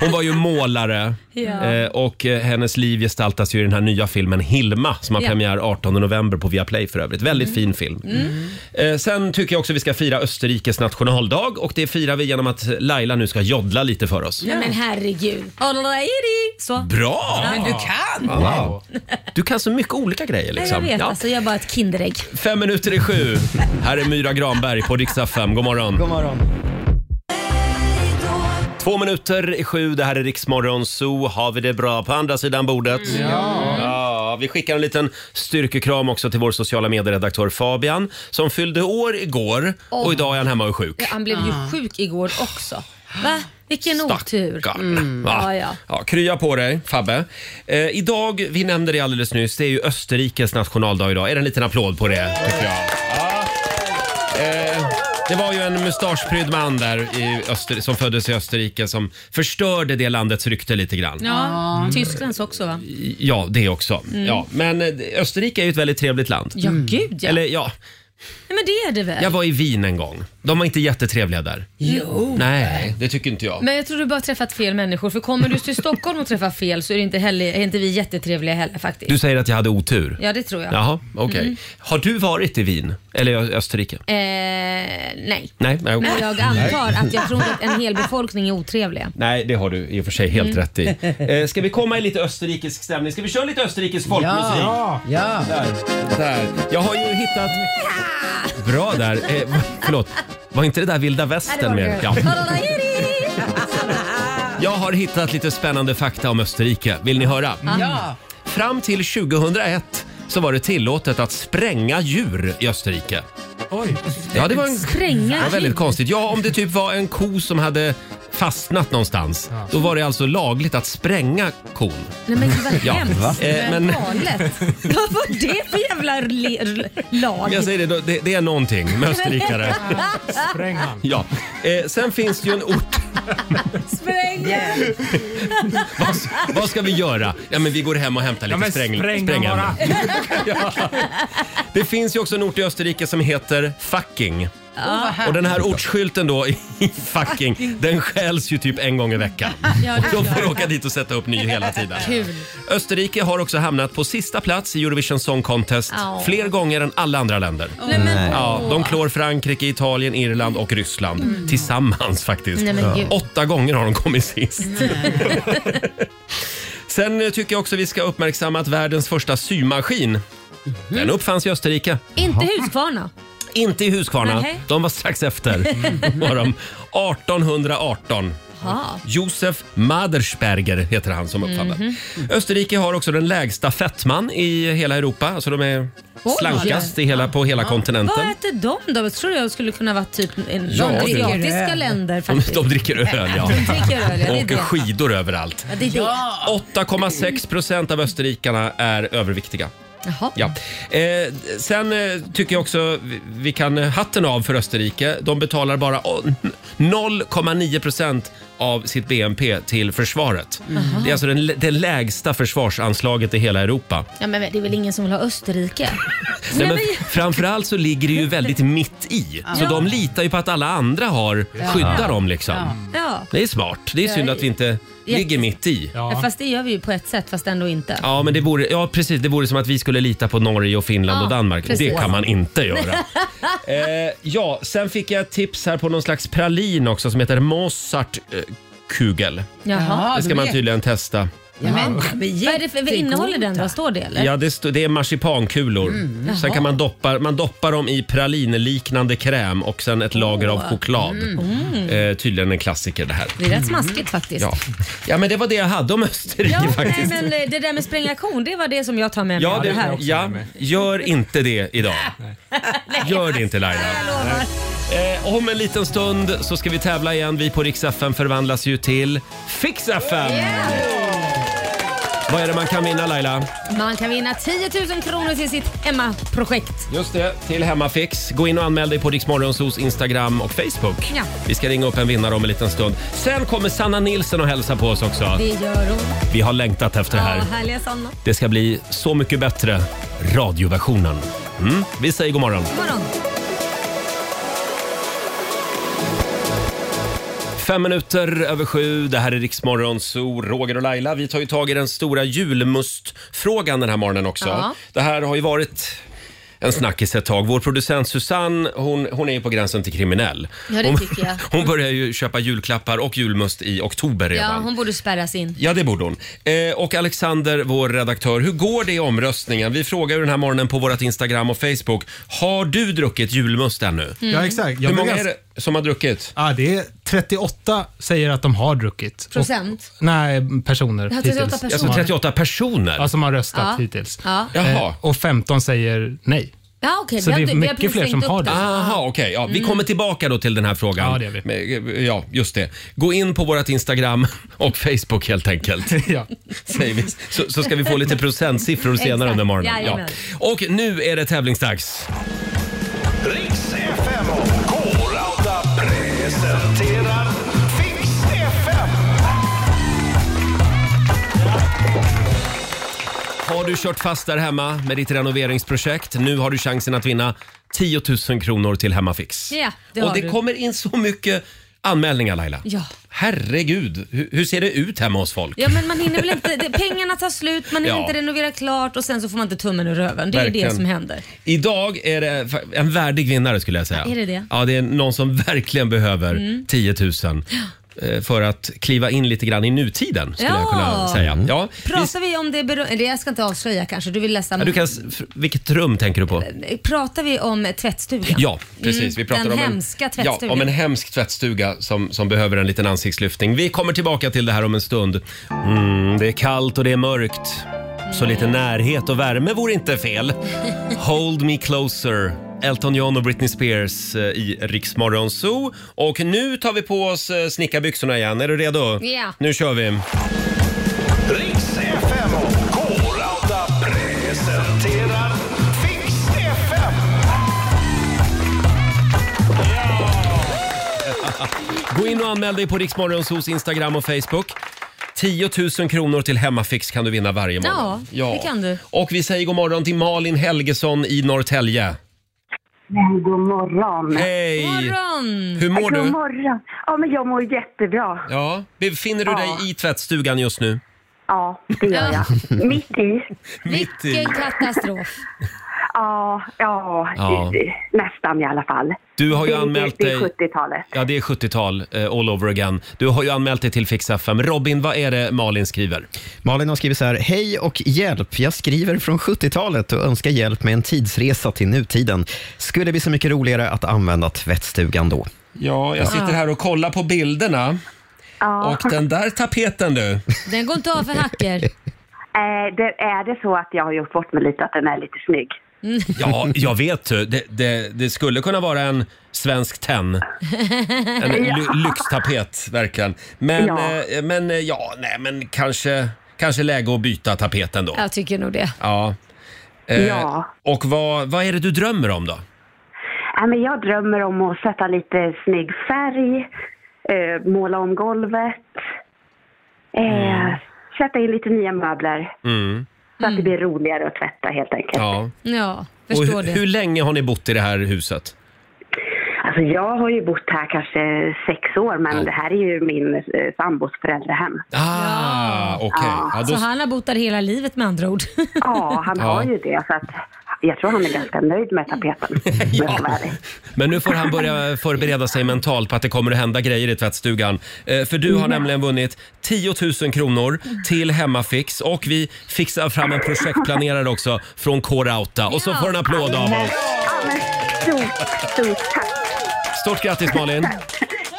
Speaker 1: hon var ju målare
Speaker 9: Ja.
Speaker 1: eh, och eh, hennes liv gestaltas ju i den här nya filmen Hilma som har
Speaker 9: Ja.
Speaker 1: premiär 18 november på Viaplay för övrigt. Väldigt fin film.
Speaker 9: Mm.
Speaker 1: Eh, Sen tycker jag också vi ska fira Österrikes nationaldag och det firar vi genom att Laila nu ska joddla lite för oss.
Speaker 3: Nej, men herregud. Alrighty. Så.
Speaker 1: Bra!
Speaker 3: Ja.
Speaker 1: Wow. Du kan så mycket olika grejer
Speaker 3: Nej,
Speaker 1: liksom.
Speaker 3: Jag vet,
Speaker 1: Ja.
Speaker 3: alltså, jag är bara ett Kinderägg.
Speaker 1: Fem minuter i sju. Här är Myra Granberg på riksdag 5. God morgon.
Speaker 8: God morgon.
Speaker 1: Två minuter i sju. Det här är Riksmorgon Zoo. Har vi det bra på andra sidan bordet?
Speaker 9: Ja.
Speaker 1: ja vi skickar en liten styrkekram också till vår sociala medieredaktör Fabian som fyllde år igår och
Speaker 3: Åh.
Speaker 1: idag är han hemma och är sjuk.
Speaker 3: Ja, Han blev ju sjuk igår också. Va? Vilken otur.
Speaker 1: Mm. Va?
Speaker 3: Ja, ja.
Speaker 1: Ja, krya på dig, Fabbe. Eh, idag, vi nämnde det alldeles nyss, det är ju Österrikes nationaldag idag. Är det en liten applåd på det, tycker jag? Ja. Eh, det var ju en mustaschprydd man där i Öster- som föddes i Österrike som förstörde det landets rykte lite grann.
Speaker 3: Ja, Tysklands också va?
Speaker 1: Ja, det också.
Speaker 3: Mm.
Speaker 1: Ja. Men eh, Österrike är ju ett väldigt trevligt land.
Speaker 3: Ja, Mm. gud, ja.
Speaker 1: Eller ja,
Speaker 3: Nej, men det är det väl?
Speaker 1: jag var i Wien en gång. De var inte jättetrevliga där.
Speaker 3: Jo.
Speaker 1: Nej, det tycker inte jag.
Speaker 3: Men jag tror du bara har träffat fel människor. För kommer du till Stockholm och träffar fel så är, det inte heller, är inte vi jättetrevliga heller faktiskt.
Speaker 1: Du säger att jag hade otur.
Speaker 3: Ja, det tror jag.
Speaker 1: Jaha, okej.
Speaker 3: Mm.
Speaker 1: Har du varit i Wien? Eller Ö- Österrike?
Speaker 3: Eh, nej.
Speaker 1: Nej, nej, okej.
Speaker 3: Men jag antar att jag tror att en hel befolkning är otrevliga.
Speaker 1: Nej, det har du i och för sig helt
Speaker 3: Mm.
Speaker 1: rätt i. Eh, ska vi komma i lite österrikisk stämning? Ska vi köra lite österrikisk folkmusik?
Speaker 9: Ja, ja.
Speaker 1: Där, där. Jag har ju hittat... Bra där. Eh, va- förlåt. Var inte det där vilda västern med? Ja. Jag har hittat lite spännande fakta om Österrike. Vill ni höra?
Speaker 7: Ja.
Speaker 1: Fram till 2001 så var det tillåtet att spränga djur i Österrike.
Speaker 9: Oj.
Speaker 1: Ja, det var, en,
Speaker 9: Spränga
Speaker 1: det var väldigt
Speaker 9: djur?
Speaker 1: konstigt. Ja, om det typ var en ko som hade fastnat någonstans. Då var det alltså lagligt att spränga kon.
Speaker 3: Nej men gud vad
Speaker 1: Ja. Va?
Speaker 3: hemskt.
Speaker 1: Eh, men-
Speaker 3: men galet. Vad var det för jävla le- r- lag?
Speaker 1: Jag säger det, då- det, det är någonting med österrikare.
Speaker 3: Spräng han.
Speaker 1: Ja. Eh, sen finns det ju en ort.
Speaker 3: Spräng
Speaker 1: Vad, vad ska vi göra? Ja, men vi går hem och hämtar lite
Speaker 9: men
Speaker 1: spräng,
Speaker 9: spräng dem
Speaker 1: sprängämnen.
Speaker 9: bara.
Speaker 1: Det finns ju också en ort i Österrike som heter Fucking.
Speaker 9: Åh, vad härligt.
Speaker 1: Och den här ortsskylten då i Fucking, den stjäls ju typ en gång i veckan.
Speaker 9: Ja,
Speaker 1: Och
Speaker 9: det är
Speaker 1: de får
Speaker 9: klart.
Speaker 1: åka dit och sätta upp ny hela tiden.
Speaker 9: Kul.
Speaker 1: Österrike har också hamnat på sista plats i Eurovision Song Contest
Speaker 9: Åh.
Speaker 1: fler gånger än alla andra länder.
Speaker 9: Nej, men-
Speaker 1: ja, de klår Frankrike, Italien, Irland och Ryssland
Speaker 9: Mm.
Speaker 1: tillsammans faktiskt.
Speaker 9: Nej, men
Speaker 1: Ja.
Speaker 9: gud.
Speaker 1: Åtta gånger har de kommit sist. Sen eh, tycker jag också vi ska uppmärksamma att världens första symaskin,
Speaker 9: Mhm.
Speaker 1: den uppfanns i Österrike.
Speaker 3: Inte Huskvarna.
Speaker 1: Inte i Huskvarna.
Speaker 3: Nej.
Speaker 1: De var strax efter. Var de. 1818.
Speaker 3: Jaha.
Speaker 1: Josef Madersperger heter han som uppfann den.
Speaker 3: Mhm.
Speaker 1: Österrike har också den lägsta fettman i hela Europa. Alltså de är
Speaker 3: Oj.
Speaker 1: slankast i hela, på hela
Speaker 3: Vad
Speaker 1: kontinenten.
Speaker 3: äter de då? Jag tror jag skulle kunna vara typ en
Speaker 1: Ja,
Speaker 3: de
Speaker 1: du.
Speaker 3: asiatiska länder
Speaker 1: De,
Speaker 3: faktiskt.
Speaker 1: de dricker öl, ja.
Speaker 3: De dricker öl, ja, det
Speaker 1: Och
Speaker 3: är
Speaker 1: åker
Speaker 3: det.
Speaker 1: skidor överallt.
Speaker 3: Ja, det är det.
Speaker 1: 8,6 procent av österrikarna är överviktiga.
Speaker 3: Jaha.
Speaker 1: Ja. Eh, sen eh, tycker jag också vi, vi kan eh, hatten av för Österrike. De betalar bara oh, 0,9 procent av sitt BNP till försvaret.
Speaker 3: Mhm.
Speaker 1: Det är alltså den, lä- det lägsta försvarsanslaget i hela Europa.
Speaker 3: Ja, men det är väl ingen som vill ha Österrike?
Speaker 1: Nej,
Speaker 3: Nej,
Speaker 1: men
Speaker 3: men-
Speaker 1: framförallt så ligger det ju väldigt mitt i. Så
Speaker 3: Ja.
Speaker 1: de litar ju på att alla andra har
Speaker 3: Ja.
Speaker 1: skyddar dem liksom.
Speaker 3: Ja.
Speaker 1: Det är smart. Det är
Speaker 3: Ja,
Speaker 1: synd att vi inte ligger mitt i.
Speaker 3: Fast det gör vi ju på ett sätt, fast ändå inte.
Speaker 1: Ja, men det vore, ja, precis. Det vore som att vi skulle lita på Norge och Finland
Speaker 10: Ja,
Speaker 1: och Danmark.
Speaker 10: precis.
Speaker 1: Det kan man inte göra. eh, ja, sen fick jag ett tips här på någon slags pralin också som heter Mozart eh, Kugel.
Speaker 10: Jaha,
Speaker 1: det ska
Speaker 10: du
Speaker 1: man
Speaker 10: vet.
Speaker 1: tydligen testa.
Speaker 10: Men, vad är det för, vad innehåller den då? Står det eller?
Speaker 1: Ja, det, stå- det är marsipankulor.
Speaker 10: Mm,
Speaker 1: sen
Speaker 10: jaha.
Speaker 1: kan man doppa, man doppar dem i pralinliknande kräm och sen ett lager av choklad.
Speaker 10: Mm.
Speaker 1: Eh, tydligen en klassiker det här. Mm.
Speaker 10: Det är rätt smaskigt faktiskt.
Speaker 1: Ja. ja, men det var det jag hade om Österrike
Speaker 10: Ja, nej,
Speaker 1: faktiskt.
Speaker 10: men eh, det där med spränga kon, det var det som jag tar med mig
Speaker 1: Ja,
Speaker 10: av det här.
Speaker 1: det, ja, gör inte det idag. Gör det inte Laila. Eh, om en liten stund så ska vi tävla igen. Vi på Rix FM förvandlas ju till Fix FM! Vad är det man kan vinna Laila?
Speaker 10: Man kan vinna 10 000 kronor till sitt Emma-projekt.
Speaker 1: Just det, till Hemmafix. Gå in och anmäl dig på Rix Morgonzos Instagram och Facebook.
Speaker 10: Ja.
Speaker 1: Vi ska ringa upp en vinnare om en liten stund. Sen kommer Sanna Nilsson och hälsa på oss också.
Speaker 10: Det gör hon.
Speaker 1: Vi har längtat efter det här.
Speaker 10: Ja, härliga Sanna.
Speaker 1: Det ska bli så mycket bättre. Radioversionen. Mm. Vi säger god morgon.
Speaker 10: God morgon.
Speaker 1: Fem minuter över sju. Det här är Riksmorgon, så Roger och Laila. Vi tar ju tag i den stora julmustfrågan den här morgonen också.
Speaker 10: Ja.
Speaker 1: Det här har ju varit en snackis ett tag. Vår producent Susanne, hon, hon är ju på gränsen till kriminell.
Speaker 10: Ja, det
Speaker 1: hon,
Speaker 10: tycker jag.
Speaker 1: hon börjar ju köpa julklappar och julmust i oktober redan.
Speaker 10: Ja, hon borde spärras in.
Speaker 1: Ja, det borde hon. Eh, och Alexander, vår redaktör, hur går det i omröstningen? Vi frågar ju den här morgonen på vårt Instagram och Facebook. Har du druckit julmust ännu?
Speaker 9: Mm. Ja, exakt. Jag
Speaker 1: hur
Speaker 9: blev
Speaker 1: många är
Speaker 9: ganska-
Speaker 1: det som har druckit?
Speaker 9: Ja, det är 38 säger att de har druckit.
Speaker 10: Procent.
Speaker 9: Och, nej, personer
Speaker 10: Ja, 38
Speaker 9: hittills.
Speaker 10: personer. Alltså 38
Speaker 1: personer?
Speaker 9: Ja, som har röstat
Speaker 10: Ja.
Speaker 9: hittills.
Speaker 10: Ja.
Speaker 1: Jaha.
Speaker 9: Eh, och 15 säger nej.
Speaker 10: Ja, okej.
Speaker 9: Så
Speaker 10: vi har-
Speaker 9: det är
Speaker 10: vi har
Speaker 9: mycket
Speaker 10: precis
Speaker 9: fler som
Speaker 10: ringt upp
Speaker 9: har
Speaker 10: den.
Speaker 9: det.
Speaker 1: Aha, okej. Ja, vi
Speaker 10: Mm.
Speaker 1: kommer tillbaka då till den här frågan. Ja, det vi. ja just det. Gå in på vårt Instagram och Facebook helt enkelt.
Speaker 9: ja.
Speaker 1: Säger vi. Så, så ska vi få lite procentsiffror senare
Speaker 2: Exakt.
Speaker 1: under morgonen.
Speaker 2: Jajamän.
Speaker 1: Och nu är det tävlingsdags.
Speaker 2: Riks FM och K-Rauta presenterar Fix FM.
Speaker 1: Har du kört fast där hemma med ditt renoveringsprojekt? Nu har du chansen att vinna 10 000 kronor till Hemmafix.
Speaker 10: Ja, det
Speaker 1: och
Speaker 10: har
Speaker 1: det
Speaker 10: du.
Speaker 1: kommer in så mycket anmälningar Laila.
Speaker 10: Ja.
Speaker 1: Herregud, hur, hur ser det ut hemma hos folk?
Speaker 10: Ja men man hinner väl inte, det, pengarna tar slut, man hinner
Speaker 1: Ja.
Speaker 10: inte renovera klart och sen så får man inte tummen ur röven. Det är
Speaker 1: Verkligen.
Speaker 10: det som händer.
Speaker 1: Idag är det fa- en värdig vinnare skulle jag säga.
Speaker 10: Är det det?
Speaker 1: Ja, det är någon som verkligen behöver
Speaker 10: Mm.
Speaker 1: 10 000 eh, för att kliva in lite grann i nutiden skulle jag
Speaker 10: Ja.
Speaker 1: kunna säga. Ja,
Speaker 10: Pratar vi om det berö- eller jag ska inte avslöja kanske, du vill läsa.
Speaker 1: ja, du kan, s- f- vilket rum tänker du på?
Speaker 10: Eh, Pratar vi om tvättstugan? Mm,
Speaker 1: Ja, precis. Vi pratar
Speaker 10: Den
Speaker 1: om en,
Speaker 10: hemska tvättstugan.
Speaker 1: Ja, om en hemsk tvättstuga som, som behöver en liten ansiktslyftning. Vi kommer tillbaka till det här om en stund. Mm, det är kallt och det är mörkt. Så lite närhet och värme vore inte fel. Hold me closer. Elton John och Britney Spears eh, i Rix Morgon Zoo. Och nu tar vi på oss eh, snickarbyxorna igen. Är du redo?
Speaker 2: Ja.
Speaker 1: Nu kör vi.
Speaker 2: Riks FM och K-Rauta presenterar Fix FM.
Speaker 1: Gå in och anmäl dig på Rix Morgon Zoos Instagram och Facebook. 10 000 kronor till Hemmafix kan du vinna varje
Speaker 10: Ja,
Speaker 1: morgon.
Speaker 10: det kan du.
Speaker 1: Och vi säger god morgon till Malin Helgesson i Norrtälje.
Speaker 13: Men god morgon.
Speaker 1: Hej!
Speaker 10: morgon.
Speaker 1: Hur mår
Speaker 13: god
Speaker 1: du?
Speaker 13: morgon. Ja, men jag mår jättebra.
Speaker 1: Ja, befinner du
Speaker 13: Ja.
Speaker 1: dig i tvättstugan just nu?
Speaker 13: Ja, det gör jag. Mitt i.
Speaker 1: Mitt i.
Speaker 10: Vilken katastrof.
Speaker 13: Ja, ja,
Speaker 1: Ja.
Speaker 13: nästan i alla fall.
Speaker 1: Du har ju
Speaker 13: Det är
Speaker 1: anmält
Speaker 13: det är
Speaker 1: dig-
Speaker 13: 70-talet.
Speaker 1: Ja, det är 70-tal eh, all over again. Du har ju anmält dig till Fix FM. Robin, vad är det Malin skriver?
Speaker 8: Malin har skrivit så här. Hej och hjälp. Jag skriver från 70-talet och önskar hjälp med en tidsresa till nutiden. Skulle bli så mycket roligare att använda tvättstugan då.
Speaker 1: Ja, jag sitter här och kollar på bilderna. Och den där tapeten du.
Speaker 10: Den går inte av för hacker.
Speaker 13: Eh, det, är det så att jag har gjort bort mig lite, att den är lite snygg?
Speaker 10: Mm.
Speaker 1: Ja, jag vet. du. Det, det, det skulle kunna vara en svensk tenn. En ly
Speaker 13: Ja.
Speaker 1: lyxtapet, verkligen. Men
Speaker 10: Ja.
Speaker 1: ja, eh, men, eh, ja nej, men kanske, kanske läge att byta tapeten då.
Speaker 10: Jag tycker nog det.
Speaker 1: Ja. Eh,
Speaker 13: Ja.
Speaker 1: Och vad, vad är det du drömmer om då?
Speaker 13: Nej, men jag drömmer om att sätta lite snygg färg, eh, måla om golvet, eh, sätta in lite nya möbler
Speaker 1: Mm.
Speaker 13: så att det blir roligare att tvätta helt enkelt.
Speaker 1: Ja.
Speaker 10: Ja,
Speaker 1: Och
Speaker 10: förstår
Speaker 1: hur,
Speaker 10: det.
Speaker 1: hur länge har ni bott i det här huset?
Speaker 13: Alltså jag har ju bott här kanske sex år, men det här är ju min eh, sambos föräldrahem.
Speaker 1: Ah, okej.
Speaker 13: Ja.
Speaker 1: Ja,
Speaker 3: Så
Speaker 1: då-
Speaker 3: han har bott där hela livet med andra ord.
Speaker 13: Ja, han
Speaker 1: Ja.
Speaker 13: har ju det. Så att jag tror han är ganska nöjd med tapeten. om jag ska vara ärlig.
Speaker 1: Men nu får han börja förbereda sig mentalt på att det kommer att hända grejer i tvättstugan. Eh, För du har nämligen vunnit 10 000 kronor till Hemmafix och vi fixar fram en projektplanerare också från K-Rauta. Och så får en applåd av oss.
Speaker 13: Ja, men stort, stort tack.
Speaker 1: Stort grattis Malin!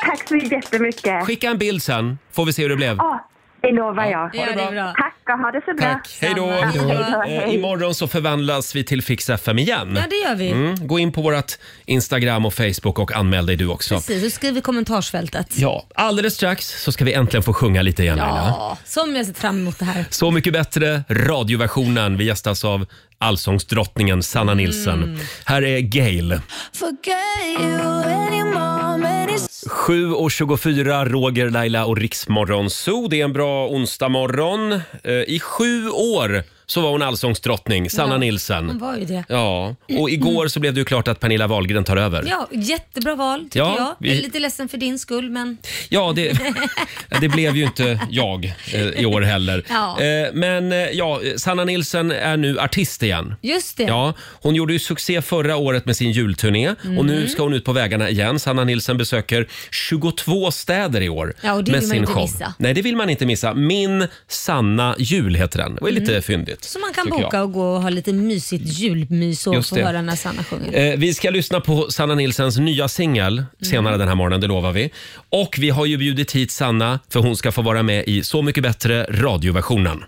Speaker 13: Tack så jättemycket.
Speaker 1: Skicka en bild sen, får vi se hur det blev.
Speaker 13: Ja, det lovar jag.
Speaker 3: Ja, det är bra.
Speaker 13: Tack och ha det så bra.
Speaker 1: Tack. Hej då!
Speaker 13: Hej då.
Speaker 1: Eh, Imorgon så förvandlas vi till Fix FM igen.
Speaker 3: Ja, det gör vi.
Speaker 1: Mm. Gå in på vårt Instagram och Facebook och anmäl dig du också.
Speaker 3: Precis, så skriver kommentarsfältet.
Speaker 1: Ja, alldeles strax så ska vi äntligen få sjunga lite igen Laila.
Speaker 3: Ja, som jag sett fram emot det här.
Speaker 1: Så mycket bättre radioversionen. Vi gästas av allsångsdrottningen Sanna
Speaker 3: Mm.
Speaker 1: Nilsson. Här är Gail. 7.24, Roger, Laila och Riksmorgon Zoo. Det är en bra onsdagmorgon. Eh, I sju år så var hon allsångsdrottning, Sanna
Speaker 3: Ja,
Speaker 1: Nilsson.
Speaker 3: Hon var ju det.
Speaker 1: Ja, och igår så blev det ju klart att Pernilla Wahlgren tar över.
Speaker 3: Ja, jättebra val tycker
Speaker 1: Ja,
Speaker 3: jag.
Speaker 1: vi-
Speaker 3: Lite ledsen för din skull men
Speaker 1: Ja, det, det blev ju inte jag eh, i år heller.
Speaker 3: Ja.
Speaker 1: Eh, Men eh, ja, Sanna Nilsson är nu artist igen.
Speaker 3: just det.
Speaker 1: Ja, hon gjorde ju succé förra året med sin julturné och nu
Speaker 3: Mhm.
Speaker 1: ska hon ut på vägarna igen. Sanna Nilsson besöker 22 städer i år
Speaker 3: Ja, och det
Speaker 1: med
Speaker 3: vill man
Speaker 1: sin
Speaker 3: inte
Speaker 1: show.
Speaker 3: missa.
Speaker 1: Nej, det vill man inte missa. Min sanna jul heter den. Det var ju lite fyndigt.
Speaker 3: Så Mhm. man kan
Speaker 1: tycker jag.
Speaker 3: boka och gå och ha lite mysigt julmys och
Speaker 1: Just
Speaker 3: få
Speaker 1: det.
Speaker 3: höra när Sanna sjunger.
Speaker 1: Eh, vi ska lyssna på Sanna Nilsens nya singel senare
Speaker 14: Mm.
Speaker 1: den här morgonen, det lovar vi. Och vi har ju bjudit hit Sanna för hon ska få vara med i Så mycket bättre radioversionen.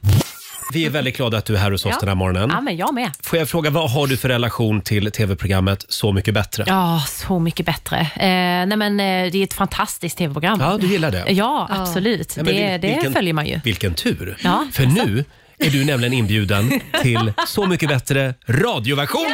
Speaker 1: Vi är väldigt glada att du är här hos oss
Speaker 14: Ja.
Speaker 1: den här morgonen.
Speaker 14: Ja, men jag med.
Speaker 1: Får jag fråga, vad har du för relation till tv-programmet Så mycket bättre?
Speaker 14: Ja, så mycket bättre. Eh, nej men, eh, det är ett fantastiskt tv-program.
Speaker 1: Ja, Eh, du gillar det?
Speaker 14: Ja, absolut.
Speaker 1: Ja, men
Speaker 14: det
Speaker 1: vil-
Speaker 14: det följer man ju.
Speaker 1: Vilken tur.
Speaker 14: Ja,
Speaker 1: För nu är du nämligen inbjuden till Så mycket bättre radioversionen.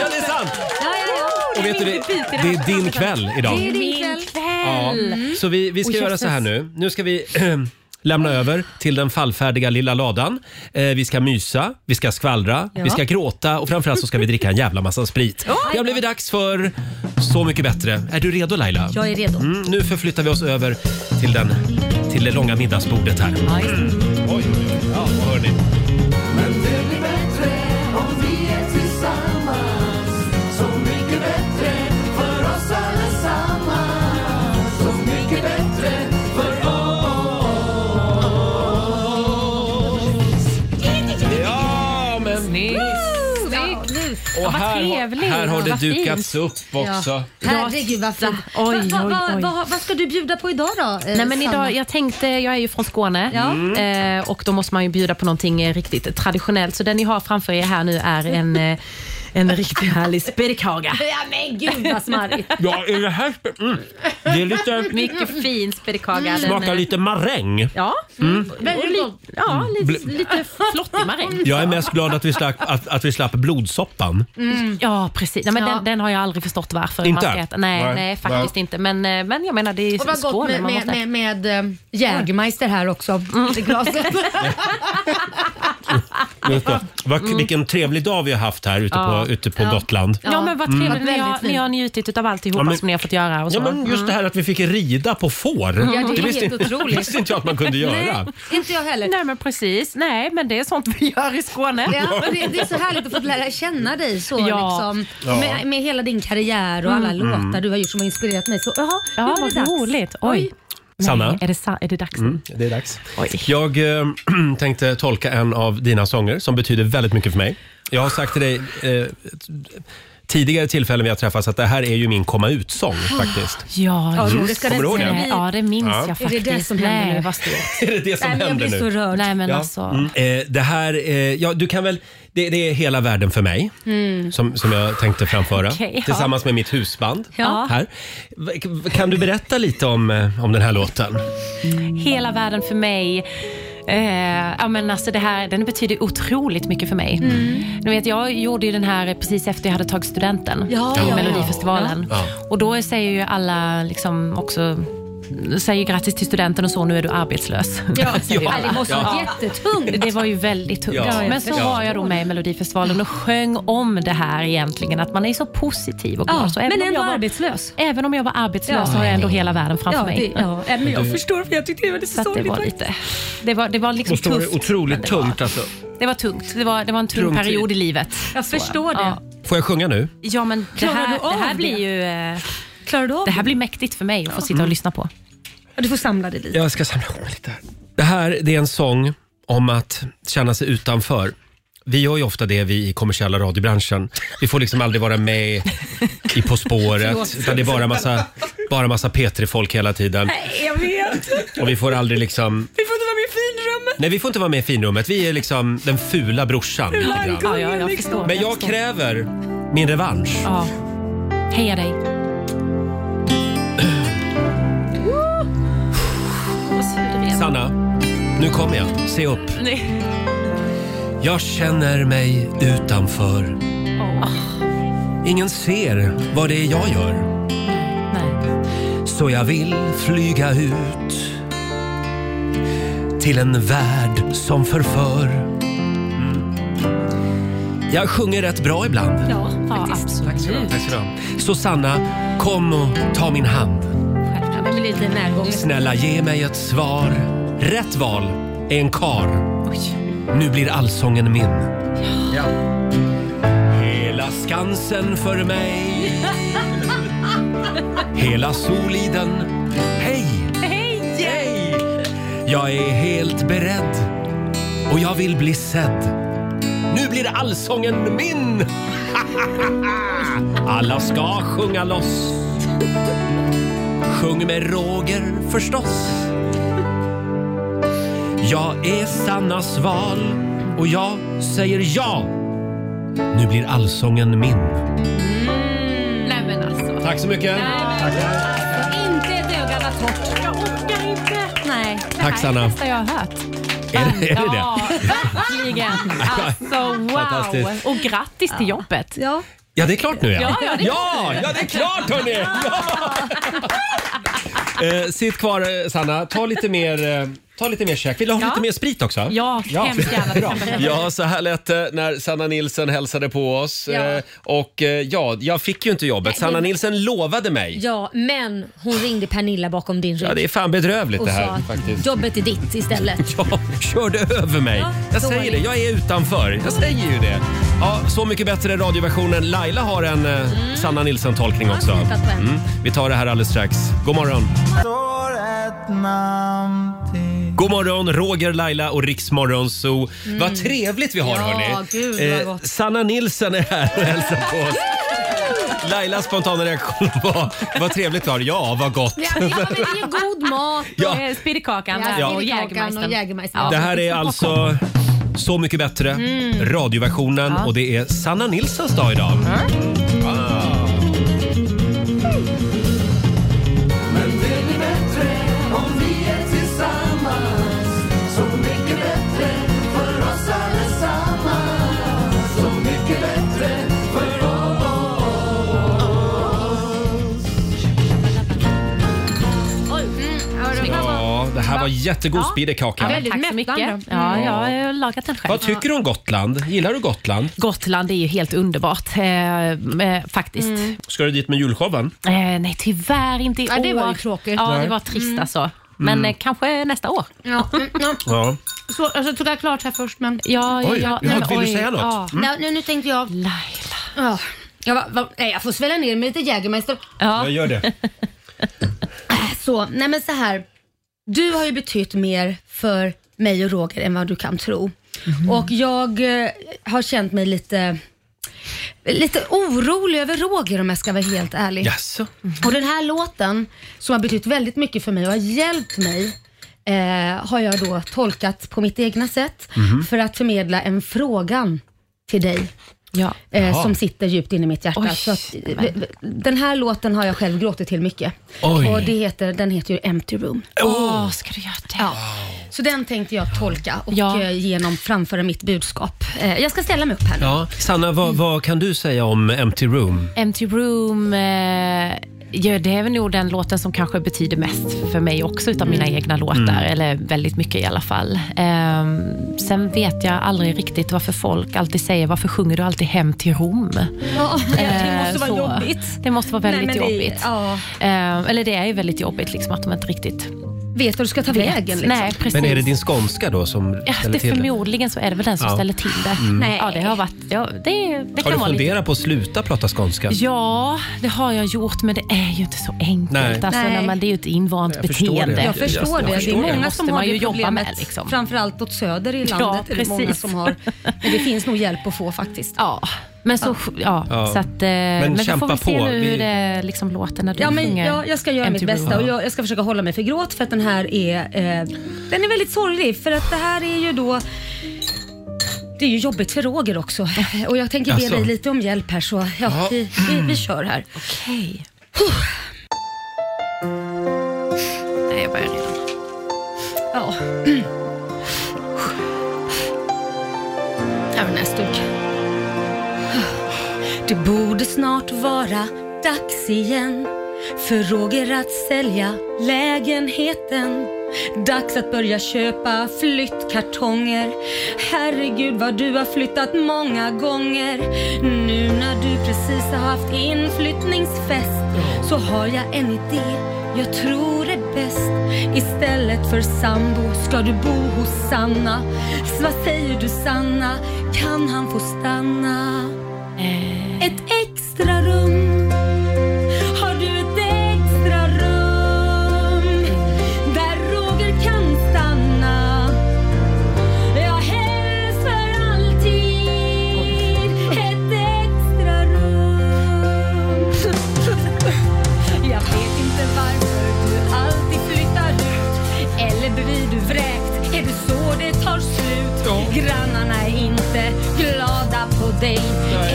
Speaker 1: Ja, det är sant!
Speaker 3: Ja, ja, ja.
Speaker 1: Och vet du, det, det är din kväll idag.
Speaker 3: Det är din kväll. Mm.
Speaker 1: Ja. Så vi, vi ska
Speaker 3: Och
Speaker 1: göra
Speaker 3: Jesus.
Speaker 1: så här nu. Nu ska vi lämna över till den fallfärdiga lilla ladan. Eh, vi ska mysa, vi ska skvallra,
Speaker 2: Ja.
Speaker 1: vi ska gråta och framförallt så ska vi dricka en jävla massa sprit. Det har blivit dags för Så mycket bättre. Är du redo Laila?
Speaker 3: Jag är redo.
Speaker 1: Mm, nu förflyttar vi oss över till, den, till det långa middagsbordet här. Mm. Oj, ja, vad hör ni?
Speaker 2: Men det blir bättre om vi är tillsammans Så mycket bättre för oss allesammans Så mycket bättre för oss
Speaker 1: Ja, men...
Speaker 3: Ja, nu.
Speaker 1: Och här, har- här har det dukats upp också.
Speaker 3: Herregud vad fint.
Speaker 14: Oj, oj,
Speaker 3: Vad- vad-
Speaker 14: oj.
Speaker 3: vad- Vad ska du bjuda på idag då? eh,
Speaker 14: Nej, men
Speaker 3: Sanna?
Speaker 14: idag, jag tänkte, jag är ju från Skåne
Speaker 1: Mm.
Speaker 14: eh, och då måste man ju bjuda på någonting eh, riktigt traditionellt. Så den ni har framför er här nu är en, eh, en riktigt härlig spedikaka.
Speaker 3: Ja men gud vad smarrigt.
Speaker 1: Ja, är det här... spe- Mm. Det är lite...
Speaker 14: Mycket fin spedikaka.
Speaker 1: Mm.
Speaker 14: Den, eh,
Speaker 1: Smakar lite maräng.
Speaker 14: Ja,
Speaker 1: Mm.
Speaker 14: och li- ja lite,
Speaker 1: Bl-
Speaker 14: lite flottig maräng.
Speaker 1: Jag är mest glad att vi slapp, att, att vi slapp blodsoppan.
Speaker 3: Mm.
Speaker 14: Ja, precis. Nej, men Den, den har jag aldrig förstått varför
Speaker 1: Inte?
Speaker 14: man ska äta. Nej,
Speaker 1: Nej.
Speaker 14: nej, faktiskt inte. Men, eh, men jag menar, det är
Speaker 3: Och vad gott
Speaker 14: Skåne.
Speaker 3: med,
Speaker 14: Man
Speaker 3: med,
Speaker 14: måste...
Speaker 3: med, med eh, Jägermeister här också i glaset.
Speaker 1: Just det. Vad, Vilken trevlig dag vi har haft här ute på,
Speaker 14: Mm. Ja.
Speaker 1: ute på
Speaker 14: Ja.
Speaker 1: Gotland.
Speaker 14: Ja, men vad
Speaker 1: Mm.
Speaker 14: trevligt. Ni, har,
Speaker 3: Väldigt fint.
Speaker 14: ni har njutit av alltihopa
Speaker 1: Ja, men-
Speaker 14: som ni har fått göra. Och så.
Speaker 1: Ja, men just det här att vi fick rida på får.
Speaker 14: Ja, det är helt
Speaker 1: visste, inte-
Speaker 14: otroligt.
Speaker 1: visste inte jag att man kunde göra.
Speaker 3: Inte jag heller.
Speaker 14: Nej men precis. Nej men det är sånt vi gör i Skåne.
Speaker 3: Ja, men det, det är så härligt att få lära känna dig så
Speaker 14: Ja.
Speaker 3: liksom.
Speaker 14: Ja.
Speaker 3: Med, med hela din karriär och alla
Speaker 14: Mm.
Speaker 3: låtar du har gjort som har inspirerat mig. Så, jaha, nu
Speaker 14: Ja,
Speaker 3: var
Speaker 14: vad
Speaker 3: det dags.
Speaker 14: roligt. Oj.
Speaker 1: Sanna?
Speaker 14: Är det, sa- är det dags?
Speaker 1: Mm, det är dags. Jag eh, tänkte tolka en av dina sånger som betyder väldigt mycket för mig. Jag har sagt till dig eh, tidigare tillfällen vi har träffats att det här är ju min komma ut-sång
Speaker 14: Ah.
Speaker 1: faktiskt.
Speaker 14: Ja,
Speaker 1: Ja,
Speaker 14: just
Speaker 1: jo, det ska
Speaker 14: Kommer
Speaker 1: den
Speaker 14: du ihåg
Speaker 1: säga.
Speaker 14: det? Ja, det minns
Speaker 1: Ja. Är
Speaker 14: jag
Speaker 1: det
Speaker 14: faktiskt.
Speaker 3: det som händer
Speaker 14: Nej,
Speaker 3: nu?
Speaker 14: vad stort.
Speaker 1: Är det det som
Speaker 14: Nej, men jag
Speaker 1: händer
Speaker 14: blir
Speaker 1: nu?
Speaker 14: så rörd. Nej, men alltså.
Speaker 1: Mm. Eh, det här, eh, ja, du kan väl, det, det är hela världen för mig.
Speaker 14: Mm.
Speaker 1: Som, som jag tänkte framföra
Speaker 14: Okej, ja.
Speaker 1: tillsammans med mitt husband.
Speaker 14: Ja.
Speaker 1: Här. V- k- Kan du berätta lite om, eh, om den här låten?
Speaker 14: Hela världen för mig. Eh, ja, men alltså det här, den betyder otroligt mycket för mig.
Speaker 3: Mm.
Speaker 14: Ni vet, jag gjorde ju den här precis efter jag hade tagit studenten
Speaker 3: Ja,
Speaker 14: i
Speaker 3: ja,
Speaker 14: Melodifestivalen.
Speaker 3: ja.
Speaker 14: Och då säger ju alla liksom också säger grattis till studenten och så, nu är du arbetslös.
Speaker 3: Ja,
Speaker 14: Säger
Speaker 3: ja,
Speaker 14: alla.
Speaker 3: det måste vara jättetungt.
Speaker 14: Det var ju väldigt tungt.
Speaker 3: Ja.
Speaker 14: Men så
Speaker 3: Ja.
Speaker 14: var jag då med i Melodifestivalen och sjöng om det här egentligen, att man är så positiv och glad.
Speaker 3: Ja,
Speaker 14: så även
Speaker 3: men
Speaker 14: om
Speaker 3: ändå
Speaker 14: jag var,
Speaker 3: arbetslös.
Speaker 14: Även om jag var arbetslös
Speaker 3: Ja.
Speaker 14: så har jag ändå hela världen framför
Speaker 3: Ja,
Speaker 14: mig.
Speaker 3: det- ja, men jag Du- förstår,
Speaker 14: för jag tyckte det var lite sorgligt. Det var, lite, det var, det var liksom
Speaker 1: Måste vara
Speaker 14: tufft.
Speaker 1: otroligt
Speaker 14: men det var-
Speaker 1: tungt alltså.
Speaker 14: Det var tungt. Det var, det var en tung
Speaker 1: Tung tid.
Speaker 14: period i livet.
Speaker 3: Jag
Speaker 14: Så,
Speaker 3: förstår det.
Speaker 14: Ja,
Speaker 1: Får jag sjunga nu?
Speaker 14: ja men det
Speaker 3: Klarar
Speaker 14: här,
Speaker 3: du av
Speaker 14: det här
Speaker 3: det?
Speaker 14: blir ju... eh,
Speaker 3: Klarar du av
Speaker 14: Det här blir mäktigt för mig att få sitta och
Speaker 1: Mm.
Speaker 14: lyssna på.
Speaker 3: Du får samla dig lite.
Speaker 1: Jag ska samla ihop mig lite här. Det här det är en sång om att känna sig utanför. Vi gör ju ofta det vi i kommersiella radiobranschen. Vi får liksom aldrig vara med i På spåret.
Speaker 2: Förlåt.
Speaker 1: utan det är bara massa, bara massa P3-folk hela tiden.
Speaker 2: Nej, jag vet.
Speaker 1: Och vi får aldrig liksom...
Speaker 2: Vi får inte vara med i finrummet.
Speaker 1: Nej, vi får inte vara med i finrummet. Vi är liksom den fula brorsan. lite grann.
Speaker 14: Ja, ja, jag förstår.
Speaker 1: Men jag
Speaker 14: förstår.
Speaker 1: kräver min revansch.
Speaker 14: Ja. Heja dig. Vad sur du är.
Speaker 1: Sanna, nu kommer jag. Se upp.
Speaker 14: Nej.
Speaker 1: Jag känner mig utanför. Ingen ser vad det är jag gör. Så jag vill flyga ut till en värld som förför. Mm. Jag sjunger rätt bra ibland.
Speaker 14: Ja, faktiskt. Ja, absolut.
Speaker 1: Tack ska du ha. Så Sanna, kom och ta min hand.
Speaker 3: Ja, det blir lite närgånget.
Speaker 1: Snälla ge mig ett svar. Rätt val är en kar. Nu blir allsången min. Ja. Hela Skansen för mig. Hela Soliden. Hej!
Speaker 2: Hej! Hej!
Speaker 1: Jag är helt beredd och jag vill bli sedd. Nu blir allsången min! Alla ska sjunga loss. Sjung med Roger förstås. Jag är Sannas val och jag säger ja. Nu blir allsången min.
Speaker 14: Nej men alltså.
Speaker 1: Tack så mycket.
Speaker 3: Inte ett öga var torrt. Jag orkar inte. Nej.
Speaker 1: Tack, Sanna.
Speaker 14: Det är det bästa jag har hört.
Speaker 1: Är det, är det det?
Speaker 14: Ja, verkligen. Alltså
Speaker 1: Fantastiskt.
Speaker 14: wow. Och grattis till jobbet.
Speaker 3: Ja.
Speaker 1: Ja, det är klart nu ja.
Speaker 14: Ja, ja, det är
Speaker 1: ja,
Speaker 14: klart nu.
Speaker 1: ja, det är klart hörni! Ja. Eh, sitt kvar eh, Sanna, ta lite mer, eh, ta lite mer käk. Vill du ha
Speaker 14: Ja.
Speaker 1: lite mer sprit också?
Speaker 14: Ja, hemskt gärna. Det kan
Speaker 1: Bra.
Speaker 14: man behöva.
Speaker 1: Ja, så här lät det när Sanna Nilsen hälsade på oss.
Speaker 3: Ja.
Speaker 1: Eh, Och eh, ja, jag fick ju inte jobbet. Sanna
Speaker 3: det-
Speaker 1: Nilsen lovade mig.
Speaker 3: Ja, men hon ringde Pernilla bakom din rygg.
Speaker 1: Ja, det är fan bedrövligt
Speaker 3: och
Speaker 1: det
Speaker 3: sa
Speaker 1: här
Speaker 3: att
Speaker 1: faktiskt.
Speaker 3: jobbet är ditt istället.
Speaker 1: Ja, körde över mig.
Speaker 3: Ja,
Speaker 1: jag
Speaker 3: dåligt.
Speaker 1: säger det, jag är utanför. Jag säger ju det. Ja, så mycket bättre radioversionen. Laila har en eh,
Speaker 3: Mm.
Speaker 1: Sanna Nilsson-tolkning också.
Speaker 2: tittat på en.
Speaker 1: Mm. Vi tar det här alldeles strax. God morgon.
Speaker 2: Står ett namn
Speaker 1: God morgon, Roger, Laila och Riksmorgon Zoo.
Speaker 2: Mm.
Speaker 1: Vad trevligt vi har
Speaker 2: Ja,
Speaker 1: hörni. Eh,
Speaker 2: gud, vad gott.
Speaker 1: Sanna Nilsson är här och hälsar på oss. Lailas spontana reaktion var, vad trevligt vi har. Ja, vad gott.
Speaker 3: Ja, ja, men det är god mat.
Speaker 1: Ja.
Speaker 14: Eh, Spirrkakan
Speaker 3: Ja,
Speaker 14: där
Speaker 3: spirrkakan
Speaker 14: och
Speaker 3: och
Speaker 14: Jägermeistern.
Speaker 3: Jägermeistern.
Speaker 1: Det här är alltså Så mycket bättre,
Speaker 3: Mm.
Speaker 1: radioversionen
Speaker 3: Ja.
Speaker 1: och det är Sanna Nilssons dag idag. Ah.
Speaker 2: Men det blir bättre om vi är tillsammans Så mycket bättre för oss allesammans Så mycket bättre för oss
Speaker 1: Ja, det här var jättegod
Speaker 14: Ja,
Speaker 1: speederkaka.
Speaker 14: men tack så mycket. Ja, ja, jag har lagat den själv.
Speaker 1: Vad tycker du om Gotland? Gillar du Gotland?
Speaker 14: Gotland är ju helt underbart eh, eh, faktiskt.
Speaker 1: Mm. Ska du dit med julshowen?
Speaker 14: Eh, nej, tyvärr inte i
Speaker 3: Ja,
Speaker 14: år.
Speaker 3: det var ju tråkigt.
Speaker 14: Ja,
Speaker 1: Nej.
Speaker 14: det var trist
Speaker 3: Mm.
Speaker 14: alltså. Men
Speaker 1: Mm.
Speaker 14: eh, kanske nästa år.
Speaker 3: Ja.
Speaker 1: Ja.
Speaker 3: Så, alltså, tog jag klart här först men...
Speaker 14: Ja,
Speaker 1: Oj, ja, ja, vill du oj, säga något? ja. Mm.
Speaker 3: Nej, nu, nu tänkte jag... Laila. Ja. Jag, var, var, nej, jag får svälla ner med lite Jägermeister. Äh,
Speaker 14: Ja.
Speaker 1: Jag gör det.
Speaker 3: Så, nej men så här. Du har ju betytt mer för mig och Roger än vad du kan tro. Och jag eh, har känt mig lite, lite orolig över Roger om jag ska vara helt ärlig. Mm-hmm.
Speaker 1: Jaså?
Speaker 3: Och den här låten som har betytt väldigt mycket för mig och har hjälpt mig eh, har jag då tolkat på mitt egna sätt
Speaker 2: Mhm.
Speaker 3: för att förmedla en frågan till dig.
Speaker 14: Ja.
Speaker 3: Eh,
Speaker 2: Jaha.
Speaker 3: som sitter djupt in i mitt hjärta.
Speaker 2: Oj,
Speaker 3: så att, eh,
Speaker 2: men.
Speaker 3: v- den här låten har jag själv gråtit till mycket.
Speaker 2: Oj.
Speaker 3: Och det heter, den heter ju Empty Room.
Speaker 14: Åh, ska du göra det?
Speaker 3: Ja. Så den tänkte jag tolka och
Speaker 14: Ja.
Speaker 3: eh, genom framföra mitt budskap. Eh, Jag ska ställa mig upp här nu.
Speaker 1: Ja. Sanna, vad, vad kan du säga om Empty Room?
Speaker 14: Empty Room eh, Ja, det är väl nog den låten som kanske betyder mest för mig också utav mina egna låtar,
Speaker 2: Mm.
Speaker 14: eller väldigt mycket i alla fall. Ehm, sen vet jag aldrig riktigt varför folk alltid säger, varför sjunger du alltid hem till Rom?
Speaker 3: Ja, det
Speaker 14: Eh,
Speaker 3: måste vara
Speaker 14: så.
Speaker 3: jobbigt.
Speaker 14: Det måste vara väldigt
Speaker 3: Nej, men det-
Speaker 14: jobbigt.
Speaker 3: ja.
Speaker 14: Ehm, eller det är ju väldigt jobbigt liksom, att de inte riktigt
Speaker 3: Vet du du ska ta
Speaker 14: vet.
Speaker 3: vägen liksom.
Speaker 14: Nej, precis.
Speaker 1: Men är det din skånska då som
Speaker 14: Ja,
Speaker 1: ställer
Speaker 14: det
Speaker 1: till det?
Speaker 14: förmodligen så är det väl den som
Speaker 1: Ja.
Speaker 14: ställer till det.
Speaker 1: Mm. Nej.
Speaker 14: Ja, det har varit, ja, det, det
Speaker 1: Har
Speaker 14: kan
Speaker 1: du
Speaker 14: vara lite
Speaker 1: funderat på att sluta prata skånska?
Speaker 14: Ja, det har jag gjort, men det är ju inte så enkelt.
Speaker 1: Nej.
Speaker 14: Alltså,
Speaker 3: Nej.
Speaker 14: när man, det är ju ett invant
Speaker 1: Jag förstår
Speaker 14: beteende.
Speaker 1: det.
Speaker 3: Jag förstår det. Det är många som
Speaker 14: måste
Speaker 3: har
Speaker 14: man ju
Speaker 3: det
Speaker 14: jobba med.
Speaker 3: problemet.
Speaker 14: Liksom.
Speaker 3: Framförallt åt söder i
Speaker 14: Ja,
Speaker 3: landet är det många
Speaker 14: precis.
Speaker 3: som har. Men det finns nog hjälp att få faktiskt.
Speaker 14: Ja, men så... Ja,
Speaker 1: Ja.
Speaker 14: Så att, eh,
Speaker 1: Men
Speaker 14: men vi får
Speaker 1: kämpa
Speaker 14: väl se
Speaker 1: på.
Speaker 14: nu
Speaker 1: Vi-
Speaker 14: hur det liksom låter när du
Speaker 3: Ja, men
Speaker 14: sjunger.
Speaker 3: jag, jag ska göra
Speaker 14: Empty
Speaker 3: mitt bästa
Speaker 14: Room.
Speaker 3: och jag, jag ska försöka hålla mig för gråt för att den här är, eh, den är väldigt sorglig. För att det här är ju då det är ju jobbigt för Roger också och jag tänker be
Speaker 1: Alltså.
Speaker 2: Jaså?
Speaker 3: dig lite om hjälp här så ja,
Speaker 2: Ja.
Speaker 3: Vi, vi,
Speaker 1: Mm.
Speaker 3: vi kör här. Okej.
Speaker 14: Nej, jag börjar redan.
Speaker 3: Ja. Även näsduk. Det borde snart vara dags igen för Roger att sälja lägenheten. Dags att börja köpa flyttkartonger. Herregud vad du har flyttat många gånger. Nu när du precis har haft inflyttningsfest så har jag en idé. Jag tror det bäst. Istället för sambo ska du bo hos Sanna. Så vad säger du Sanna? Kan han få stanna? Ett extra rum Har du ett extra rum Där Roger kan stanna Ja, helst för alltid Ett extra rum Jag vet inte varför du alltid flyttar ut Eller blir du vräkt? Är det så det tar slut? Grannarna är inte glada på dig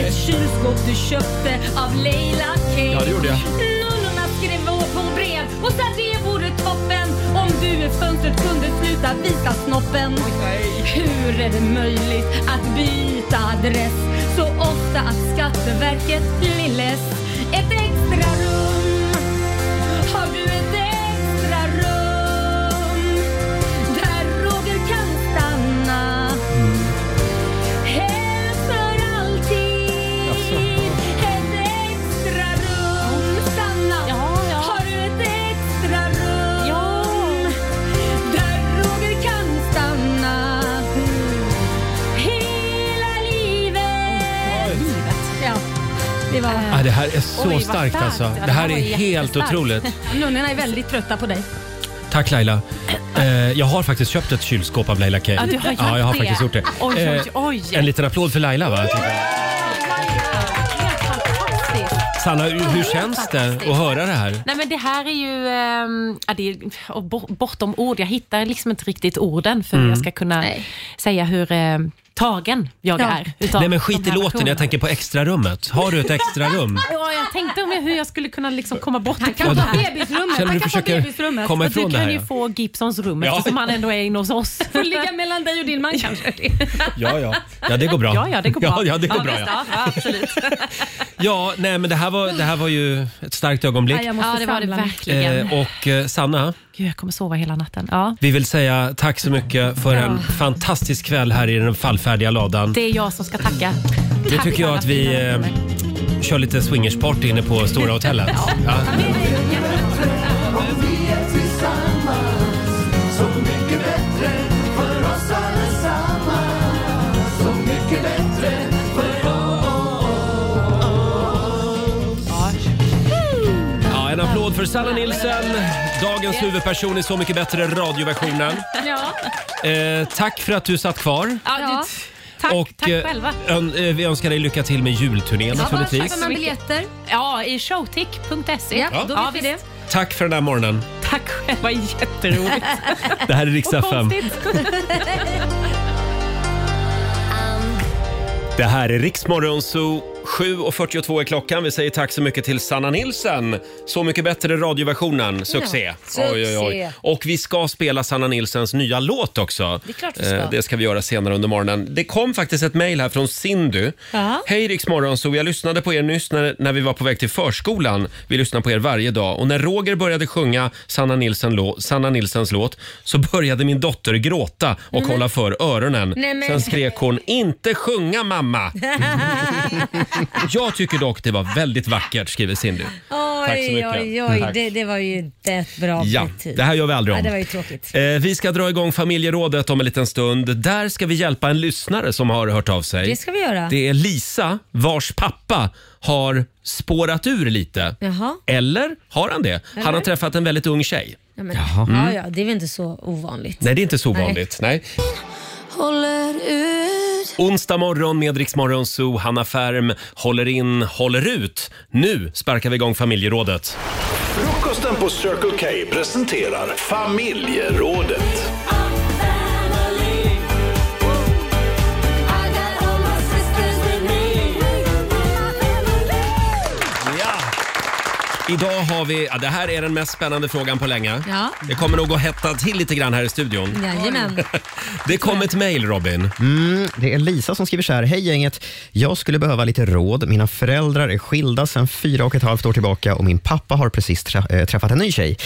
Speaker 3: Ett kylskåp du köpte av Leila K
Speaker 2: Ja, det gjorde jag.
Speaker 3: Nunnorna skrev på brev och sa det vore toppen om du i fönstret kunde sluta visa snoppen. Hur är det möjligt att byta adress så ofta att Skatteverket blir less? Ett extra rum, har du ett extra rum där Roger kan stanna?
Speaker 2: Mm.
Speaker 3: Helst för alltid. Ett extra rum, Sanna. Har du ett extra rum? Där Roger kan stanna. Hela livet. Ja. Det var...
Speaker 1: Ah, det här är så starkt, alltså. det här är helt otroligt.
Speaker 3: Nunnorna är väldigt trötta på dig.
Speaker 1: Tack Laila. Eh, jag har faktiskt köpt ett kylskåp av Laila K.
Speaker 3: Ja, du har gjort
Speaker 1: ja, jag har
Speaker 3: det.
Speaker 1: faktiskt gjort det.
Speaker 3: Oj, oj, oj.
Speaker 1: Eh, en liten applåd för Laila va? Sanna, hur hur känns det att höra det här?
Speaker 14: Nej, men det här är ju ehm, ja, det är, och bo- bortom ord. Jag hittar liksom inte riktigt orden för
Speaker 1: Mm.
Speaker 14: hur jag ska kunna säga hur ehm, tagen jag
Speaker 1: Ja.
Speaker 14: är. utav
Speaker 1: Nej men
Speaker 14: de
Speaker 1: skit i
Speaker 14: här
Speaker 1: låten,
Speaker 14: versionerna.
Speaker 1: jag tänker på extrarummet. Har du ett extrarum?
Speaker 14: Ja, jag tänkte om jag, hur jag skulle kunna liksom komma bort Han
Speaker 1: kan ta bebisrummet. Känner du försöker komma ifrån
Speaker 14: du
Speaker 1: det här,
Speaker 14: kan ju
Speaker 1: ja.
Speaker 14: få Gibsons rum
Speaker 1: Ja.
Speaker 14: eftersom han ändå är inne hos oss.
Speaker 3: Får ligga mellan dig och din man kanske.
Speaker 1: Ja, ja. Ja, det går bra.
Speaker 14: Ja, ja, det går bra.
Speaker 1: Ja, ja, det går bra,
Speaker 14: visst,
Speaker 1: ja.
Speaker 14: ja, absolut.
Speaker 1: Ja, nej men det här var, det här var ju ett starkt ögonblick.
Speaker 14: Ja, jag måste Ja, det var det samla mig. verkligen.
Speaker 1: Eh, och eh, Sanna,
Speaker 14: Gud, jag kommer sova hela natten. Ja.
Speaker 1: vi vill säga tack så mycket för en fantastisk kväll här i den fallfärdiga ladan.
Speaker 14: Det är jag som ska tacka.
Speaker 1: Mm. Nu tycker jag att vi eh, kör lite swingersparty inne på Stora Hotellet. Ja. Ja, en applåd för Sanna Nilsson, dagens huvudperson i Så mycket bättre radioversionen.
Speaker 14: Ja.
Speaker 1: Eh, tack för att du satt kvar.
Speaker 14: Ja, du, tack,
Speaker 1: och
Speaker 14: tack
Speaker 1: eh,
Speaker 14: själva.
Speaker 1: ön, eh, vi önskar dig lycka till med julturnén naturligtvis.
Speaker 3: biljetter?
Speaker 14: Ja, i showtick.se.
Speaker 1: Ja, då vet vi
Speaker 14: visst.
Speaker 1: Tack för den här morgonen.
Speaker 14: Tack själva, jätteroligt.
Speaker 1: Det här är Riksdag
Speaker 14: Och
Speaker 1: 5.
Speaker 14: konstigt.
Speaker 1: Det här är Riksmorgon Zoo. 7.42 är klockan. Vi säger tack så mycket till Sanna Nilsen. Så mycket bättre radioversionen. Succé.
Speaker 2: succé.
Speaker 1: Och vi ska spela Sanna Nilsens nya låt också.
Speaker 2: Det är klart vi ska.
Speaker 1: Eh, Det ska vi göra senare under morgonen. Det kom faktiskt ett mejl här från Sindu.
Speaker 2: Ja.
Speaker 1: Hej Rix så jag lyssnade på er nyss när, när vi var på väg till förskolan. Vi lyssnar på er varje dag och när Roger började sjunga Sanna, Nilsen lå- Sanna Nilsens låt så började min dotter gråta och
Speaker 2: Mm.
Speaker 3: Nej, men-
Speaker 1: hålla för öronen.
Speaker 3: Nej, men-
Speaker 1: Sen skrek hon “Inte sjunga mamma!” Jag tycker dock det var väldigt vackert, skriver Cindy. Tack så
Speaker 3: Oj,
Speaker 1: mycket.
Speaker 3: oj, oj.
Speaker 1: Tack.
Speaker 3: Det, det var ju inte ett bra
Speaker 1: Ja,
Speaker 3: betyg.
Speaker 1: det här gör vi aldrig
Speaker 3: Ja, det
Speaker 1: om.
Speaker 3: var ju tråkigt.
Speaker 1: Eh, vi ska dra igång familjerådet om en liten stund. Där ska vi hjälpa en lyssnare som har hört av sig.
Speaker 3: Det ska vi göra.
Speaker 1: Det är Lisa vars pappa har spårat ur lite.
Speaker 3: Jaha.
Speaker 1: Eller har han det? Han har
Speaker 3: Eller?
Speaker 1: träffat en väldigt ung tjej.
Speaker 3: Ja, men,
Speaker 1: Jaha.
Speaker 3: ja,
Speaker 1: Mm.
Speaker 3: ja, det är väl inte så ovanligt.
Speaker 1: Nej, det är inte så ovanligt. Nej.
Speaker 3: Håller ut.
Speaker 1: Onsdag morgon med Rix Morgon Zoo. Hanna Färm håller in, håller ut. Nu sparkar vi igång familjerådet.
Speaker 15: Frukosten på Circle K presenterar familjerådet.
Speaker 1: Idag har vi, ja, det här är den mest spännande frågan på länge.
Speaker 3: Ja.
Speaker 1: Det kommer nog att hetta till lite grann här i studion.
Speaker 3: Jajamän.
Speaker 1: Det kom ett mejl Robin.
Speaker 8: Mm, det är Lisa som skriver så här. Hej gänget. Jag skulle behöva lite råd. Mina föräldrar är skilda sedan fyra och ett halvt år tillbaka och min pappa har precis tra- eh, träffat en ny tjej.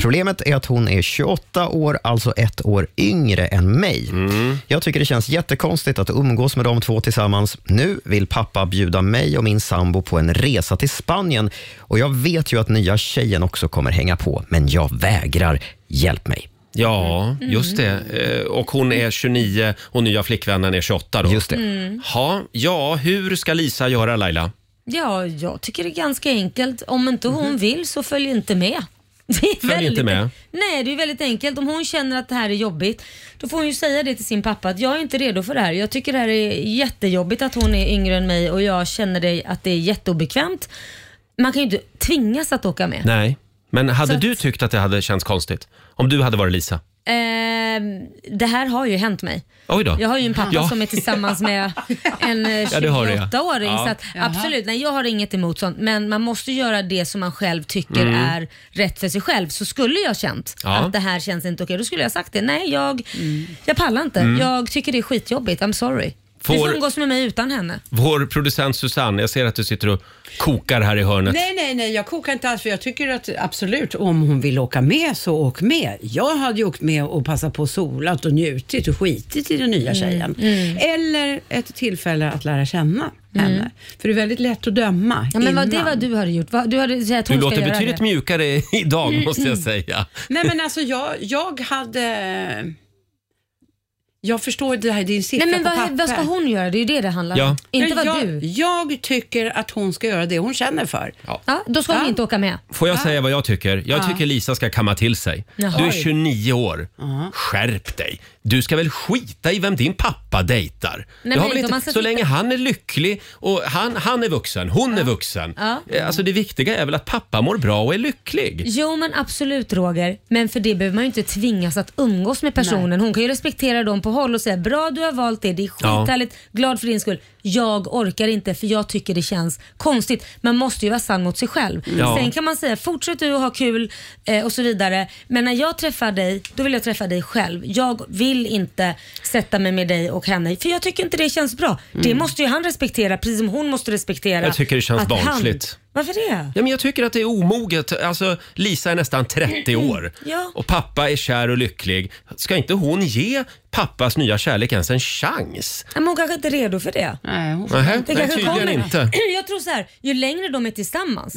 Speaker 8: Problemet är att hon är 28 år, alltså ett år yngre än mig.
Speaker 1: Mm.
Speaker 8: Jag tycker det känns jättekonstigt att umgås med de två tillsammans. Nu vill pappa bjuda mig och min sambo på en resa till Spanien och jag vet ju att nya tjejen också kommer hänga på, men jag vägrar. Hjälp mig.
Speaker 1: Ja,
Speaker 3: Mm.
Speaker 1: just det. Eh, Och hon är 29 och nya flickvännen är 28 då. Just
Speaker 3: det. Mm.
Speaker 1: Ha, ja, hur ska Lisa göra Laila?
Speaker 3: Ja, jag tycker det är ganska enkelt. Om inte hon vill så följ inte med. Det är
Speaker 1: Mhm. Följ inte med.
Speaker 3: Nej, det är väldigt enkelt. Om hon känner att det här är jobbigt, då får hon ju säga det till sin pappa att jag är inte redo för det här. Jag tycker det här är jättejobbigt att hon är yngre än mig och jag känner det, att det är jätteobekvämt. Man kan ju inte tvingas att åka med.
Speaker 1: Nej. Men hade
Speaker 3: Så att-
Speaker 1: du tyckt att det hade känts konstigt? Om du hade varit Lisa?
Speaker 3: Ehm, det här har ju hänt mig.
Speaker 1: Oj då.
Speaker 3: Jag har ju en pappa
Speaker 1: Ja.
Speaker 3: som är tillsammans med en eh,
Speaker 1: Ja, det har du, ja.
Speaker 3: 28-åring.
Speaker 1: Ja.
Speaker 3: Så att,
Speaker 1: Jaha.
Speaker 3: absolut, nej, jag har inget emot sånt. Men man måste göra det som man själv tycker
Speaker 1: Mm.
Speaker 3: är rätt för sig själv. Så skulle jag känt
Speaker 1: Ja.
Speaker 3: att det här känns inte okej, då skulle jag sagt det. Nej, jag, jag pallar inte.
Speaker 1: Mm.
Speaker 3: Jag tycker det är skitjobbigt. I'm sorry. Får... Du
Speaker 1: Får-
Speaker 3: får umgås med mig utan henne.
Speaker 1: Vår producent Susanne, jag ser att du sitter och kokar här i hörnet.
Speaker 7: Nej, nej, nej, jag kokar inte alls för jag tycker att absolut om hon vill åka med så åk med. Jag hade ju åkt med och passat på och solat och njutit och skitit i den nya
Speaker 14: Mm,
Speaker 7: tjejen.
Speaker 14: mm.
Speaker 7: Eller ett tillfälle att lära känna henne. För det är väldigt lätt att döma
Speaker 3: Mm. Ja, men vad, det
Speaker 7: innan.
Speaker 3: var du hade gjort. Vad- Du, hade, sagt att
Speaker 1: Du
Speaker 3: hon ska
Speaker 1: låter
Speaker 3: göra
Speaker 1: betydligt
Speaker 3: det.
Speaker 1: mjukare idag
Speaker 7: Mm,
Speaker 1: måste jag
Speaker 7: mm.
Speaker 1: säga.
Speaker 7: Nej men alltså jag, jag hade... Jag förstår det här, din siffra
Speaker 3: Nej, men
Speaker 7: på
Speaker 3: vad,
Speaker 7: papper.
Speaker 3: vad ska hon göra? Det är ju det det handlar om. Inte vad
Speaker 7: jag,
Speaker 3: du.
Speaker 7: Jag tycker att hon ska göra det hon känner för.
Speaker 1: Ja.
Speaker 3: då ska hon inte åka med.
Speaker 1: Får jag säga vad jag tycker? Jag
Speaker 7: Ja.
Speaker 1: tycker Lisa ska kamma till sig.
Speaker 7: Jaha.
Speaker 1: Du är
Speaker 7: Oj.
Speaker 1: 29 år. Skärp dig! Du ska väl skita i vem din pappa dejtar?
Speaker 2: men
Speaker 1: det har
Speaker 2: inte
Speaker 1: väl
Speaker 2: om man
Speaker 1: inte,
Speaker 2: ska
Speaker 1: så
Speaker 2: titta-
Speaker 1: länge han är lycklig och han, han är vuxen, hon är vuxen.
Speaker 3: Ja.
Speaker 1: Eh, Alltså det viktiga är väl att pappa mår bra och är lycklig?
Speaker 3: Jo men absolut Roger, men för det behöver man ju inte tvingas att umgås med personen. Hon kan ju respektera dem på håll och säga bra du har valt det, det är
Speaker 1: Ja.
Speaker 3: skithärligt, glad för din skull. Jag orkar inte för jag tycker det känns konstigt. Man måste ju vara sann mot sig själv.
Speaker 10: Ja.
Speaker 3: Sen kan man säga fortsätt du att ha kul eh, och så vidare. Men när jag träffar dig, då vill jag träffa dig själv. Jag vill inte sätta mig med dig och henne för jag tycker inte det känns bra. Det
Speaker 1: Mm.
Speaker 3: måste ju han respektera precis som hon måste respektera.
Speaker 1: Jag tycker det känns
Speaker 3: att han-
Speaker 1: barnsligt.
Speaker 3: Varför det?
Speaker 1: Ja, men jag tycker att det är omoget. Alltså, Lisa är nästan 30 år
Speaker 3: Mm. Ja.
Speaker 1: och pappa är kär och lycklig. Ska inte hon ge pappas nya kärlek ens en chans?
Speaker 3: Men hon kanske inte är redo för det.
Speaker 7: Nej,
Speaker 1: får Nähä, inte. nej, tydligen inte.
Speaker 3: Jag tror så här, ju längre de är tillsammans,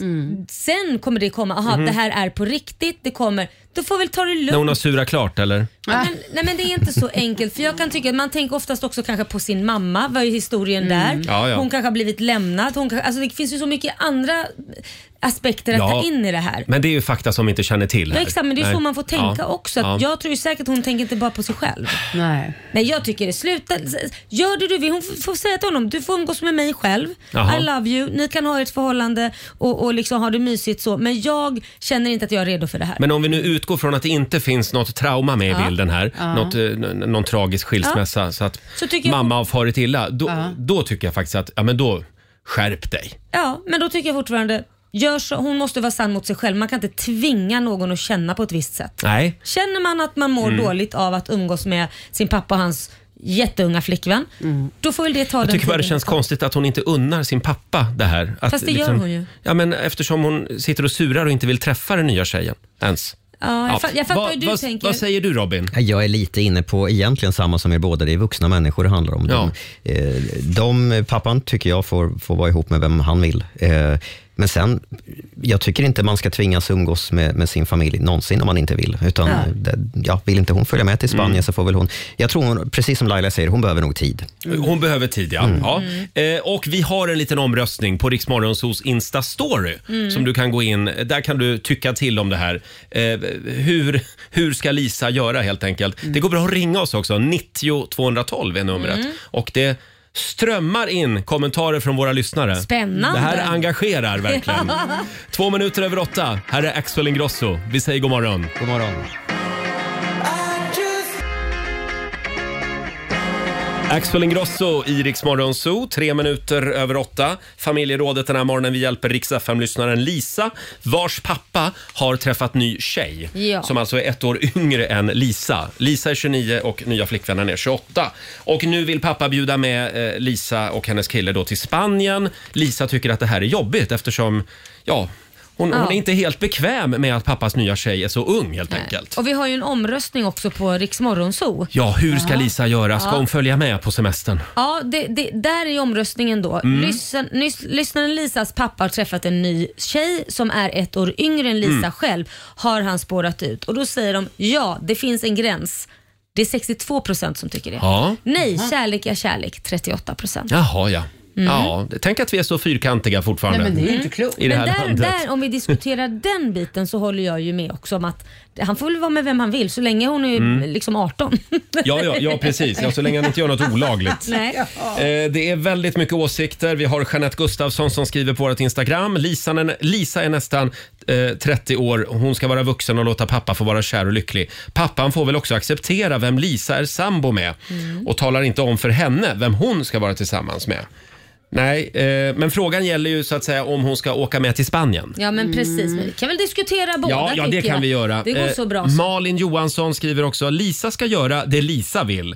Speaker 3: sen kommer det komma, aha
Speaker 1: Mhm.
Speaker 3: det här är på riktigt, det kommer, du får väl ta det lugnt.
Speaker 1: När hon har surat klart eller?
Speaker 3: Ja, men, nej men det är inte så enkelt för jag kan tycka att man tänker oftast också kanske på sin mamma, vad är historien där?
Speaker 1: Ja, ja.
Speaker 3: Hon kanske har blivit lämnad, hon kanske, alltså det finns ju så mycket andra aspekter att
Speaker 1: Ja.
Speaker 3: ta in i det här.
Speaker 1: Men det är ju fakta som vi inte känner till.
Speaker 3: Ja,
Speaker 1: här.
Speaker 3: exakt, men det är
Speaker 1: Nej.
Speaker 3: så man får tänka
Speaker 1: Ja.
Speaker 3: också. Att
Speaker 1: Ja.
Speaker 3: Jag tror ju säkert att hon tänker inte bara på sig själv.
Speaker 7: Nej.
Speaker 3: Nej, jag tycker det. Sluta.
Speaker 1: Mm.
Speaker 3: Gör det du vill. Hon f- får säga till honom, du får umgås med mig själv.
Speaker 10: Jaha.
Speaker 3: I love you. Ni kan ha ert förhållande och, och liksom ha det mysigt så. Men jag känner inte att jag är redo för det här.
Speaker 1: Men om vi nu utgår från att det inte finns något trauma med i
Speaker 3: Ja.
Speaker 1: bilden här,
Speaker 3: Ja.
Speaker 1: något, eh, n- någon tragisk skilsmässa så att
Speaker 3: Så tycker jag-
Speaker 1: mamma har farit illa, då,
Speaker 3: Ja.
Speaker 1: då tycker jag faktiskt att ja, men då, skärp dig.
Speaker 3: Ja, men då tycker jag fortfarande Gör så, hon måste vara sann mot sig själv. Man kan inte tvinga någon att känna på ett visst sätt.
Speaker 1: Nej.
Speaker 3: Känner man att man mår
Speaker 1: Mm.
Speaker 3: dåligt av att umgås med sin pappa och hans jätteunga flickvän, då får väl det ta
Speaker 1: Jag
Speaker 3: Mm. den
Speaker 1: tycker bara det
Speaker 3: tiden
Speaker 1: känns
Speaker 3: tar.
Speaker 1: konstigt att hon inte unnar sin pappa det här. Att liksom-
Speaker 3: Fast det gör hon ju.
Speaker 1: Ja, men eftersom hon sitter och surar och inte vill träffa den nya tjejen ens.
Speaker 3: Ja, jag, fa- jag fattar
Speaker 1: Vad-
Speaker 3: hur du
Speaker 1: vad-
Speaker 3: tänker.
Speaker 1: Vad säger du Robin?
Speaker 8: Jag är lite inne på egentligen samma som er båda. Det är vuxna människor det handlar om. De, eh, de, pappan tycker jag får, får vara ihop med vem han vill. Eh, men sen, jag tycker inte man ska tvingas umgås med, med sin familj någonsin om man inte vill. Utan,
Speaker 2: Ja.
Speaker 8: det, ja, vill inte hon följa med till Spanien
Speaker 1: Mm.
Speaker 8: så får väl hon. Jag tror, hon, precis som Laila säger, hon behöver nog tid.
Speaker 1: Mm. Hon behöver tid,
Speaker 2: Mm.
Speaker 1: ja. ja. Eh, och vi har en liten omröstning på Riksmorgonsos Insta-story
Speaker 2: Mm.
Speaker 1: som du kan gå in. Där kan du tycka till om det här. Eh, hur, hur ska Lisa göra helt enkelt? Det går bra att ringa oss också. 90 212 är numret.
Speaker 2: Mm.
Speaker 1: Och det strömmar in kommentarer från våra lyssnare.
Speaker 3: Spännande.
Speaker 1: Det här engagerar verkligen. Två minuter över åtta. Här är Axel Ingrosso. Vi säger god morgon.
Speaker 8: God morgon.
Speaker 1: Axel Ingrosso i Rix Morgon Zoo, tre minuter över åtta. Familjerådet den här morgonen, vi hjälper Rix lyssnaren Lisa vars pappa har träffat ny tjej
Speaker 2: Ja.
Speaker 1: som alltså är ett år yngre än Lisa. Lisa är 29 och nya flickvännen är 28. Och nu vill pappa bjuda med eh, Lisa och hennes kille då till Spanien. Lisa tycker att det här är jobbigt eftersom, ja, hon,
Speaker 3: Ja.
Speaker 1: hon är inte helt bekväm med att pappas nya tjej är så ung helt enkelt.
Speaker 3: Och vi har ju en omröstning också på Riksmorgonzoo.
Speaker 1: Ja, hur ska
Speaker 3: Ja.
Speaker 1: Lisa göra? Ska
Speaker 3: Ja.
Speaker 1: hon följa med på semestern?
Speaker 3: Ja, det, det, där är ju omröstningen då.
Speaker 1: Mm.
Speaker 3: Lyssn, nys, lyssnaren Lisas pappa har träffat en ny tjej som är ett år yngre än Lisa
Speaker 2: Mm.
Speaker 3: själv, har han spårat ut. Och då säger de ja, det finns en gräns. Det är 62% som tycker det.
Speaker 1: Ja.
Speaker 3: Nej, kärlek är kärlek, 38%.
Speaker 1: Jaha, ja.
Speaker 3: Mm.
Speaker 1: ja. Tänk att vi är så fyrkantiga fortfarande. Mm. I det här
Speaker 3: Men
Speaker 1: landet.
Speaker 3: där, där, om vi diskuterar den biten så håller jag ju med också om att han får väl vara med vem han vill så länge hon är
Speaker 1: Mm.
Speaker 3: liksom 18.
Speaker 1: Ja, ja, ja, precis. Ja, så länge han inte gör något olagligt.
Speaker 3: Nej.
Speaker 1: Eh, Det är väldigt mycket åsikter. Vi har Jeanette Gustafsson som skriver på vårt Instagram. Lisa är, Lisa är nästan eh, 30 år. Hon ska vara vuxen och låta pappa få vara kär och lycklig. Pappan får väl också acceptera vem Lisa är sambo med
Speaker 3: Mm.
Speaker 1: och talar inte om för henne vem hon ska vara tillsammans med. Nej, eh, men frågan gäller ju så att säga om hon ska åka med till Spanien.
Speaker 3: Ja men precis, men vi kan väl diskutera båda
Speaker 1: Mm. Ja, ja det
Speaker 3: tycker
Speaker 1: kan
Speaker 3: jag.
Speaker 1: vi göra.
Speaker 3: Det går
Speaker 1: Eh,
Speaker 3: så bra.
Speaker 1: Malin Johansson skriver också Lisa ska göra det Lisa vill.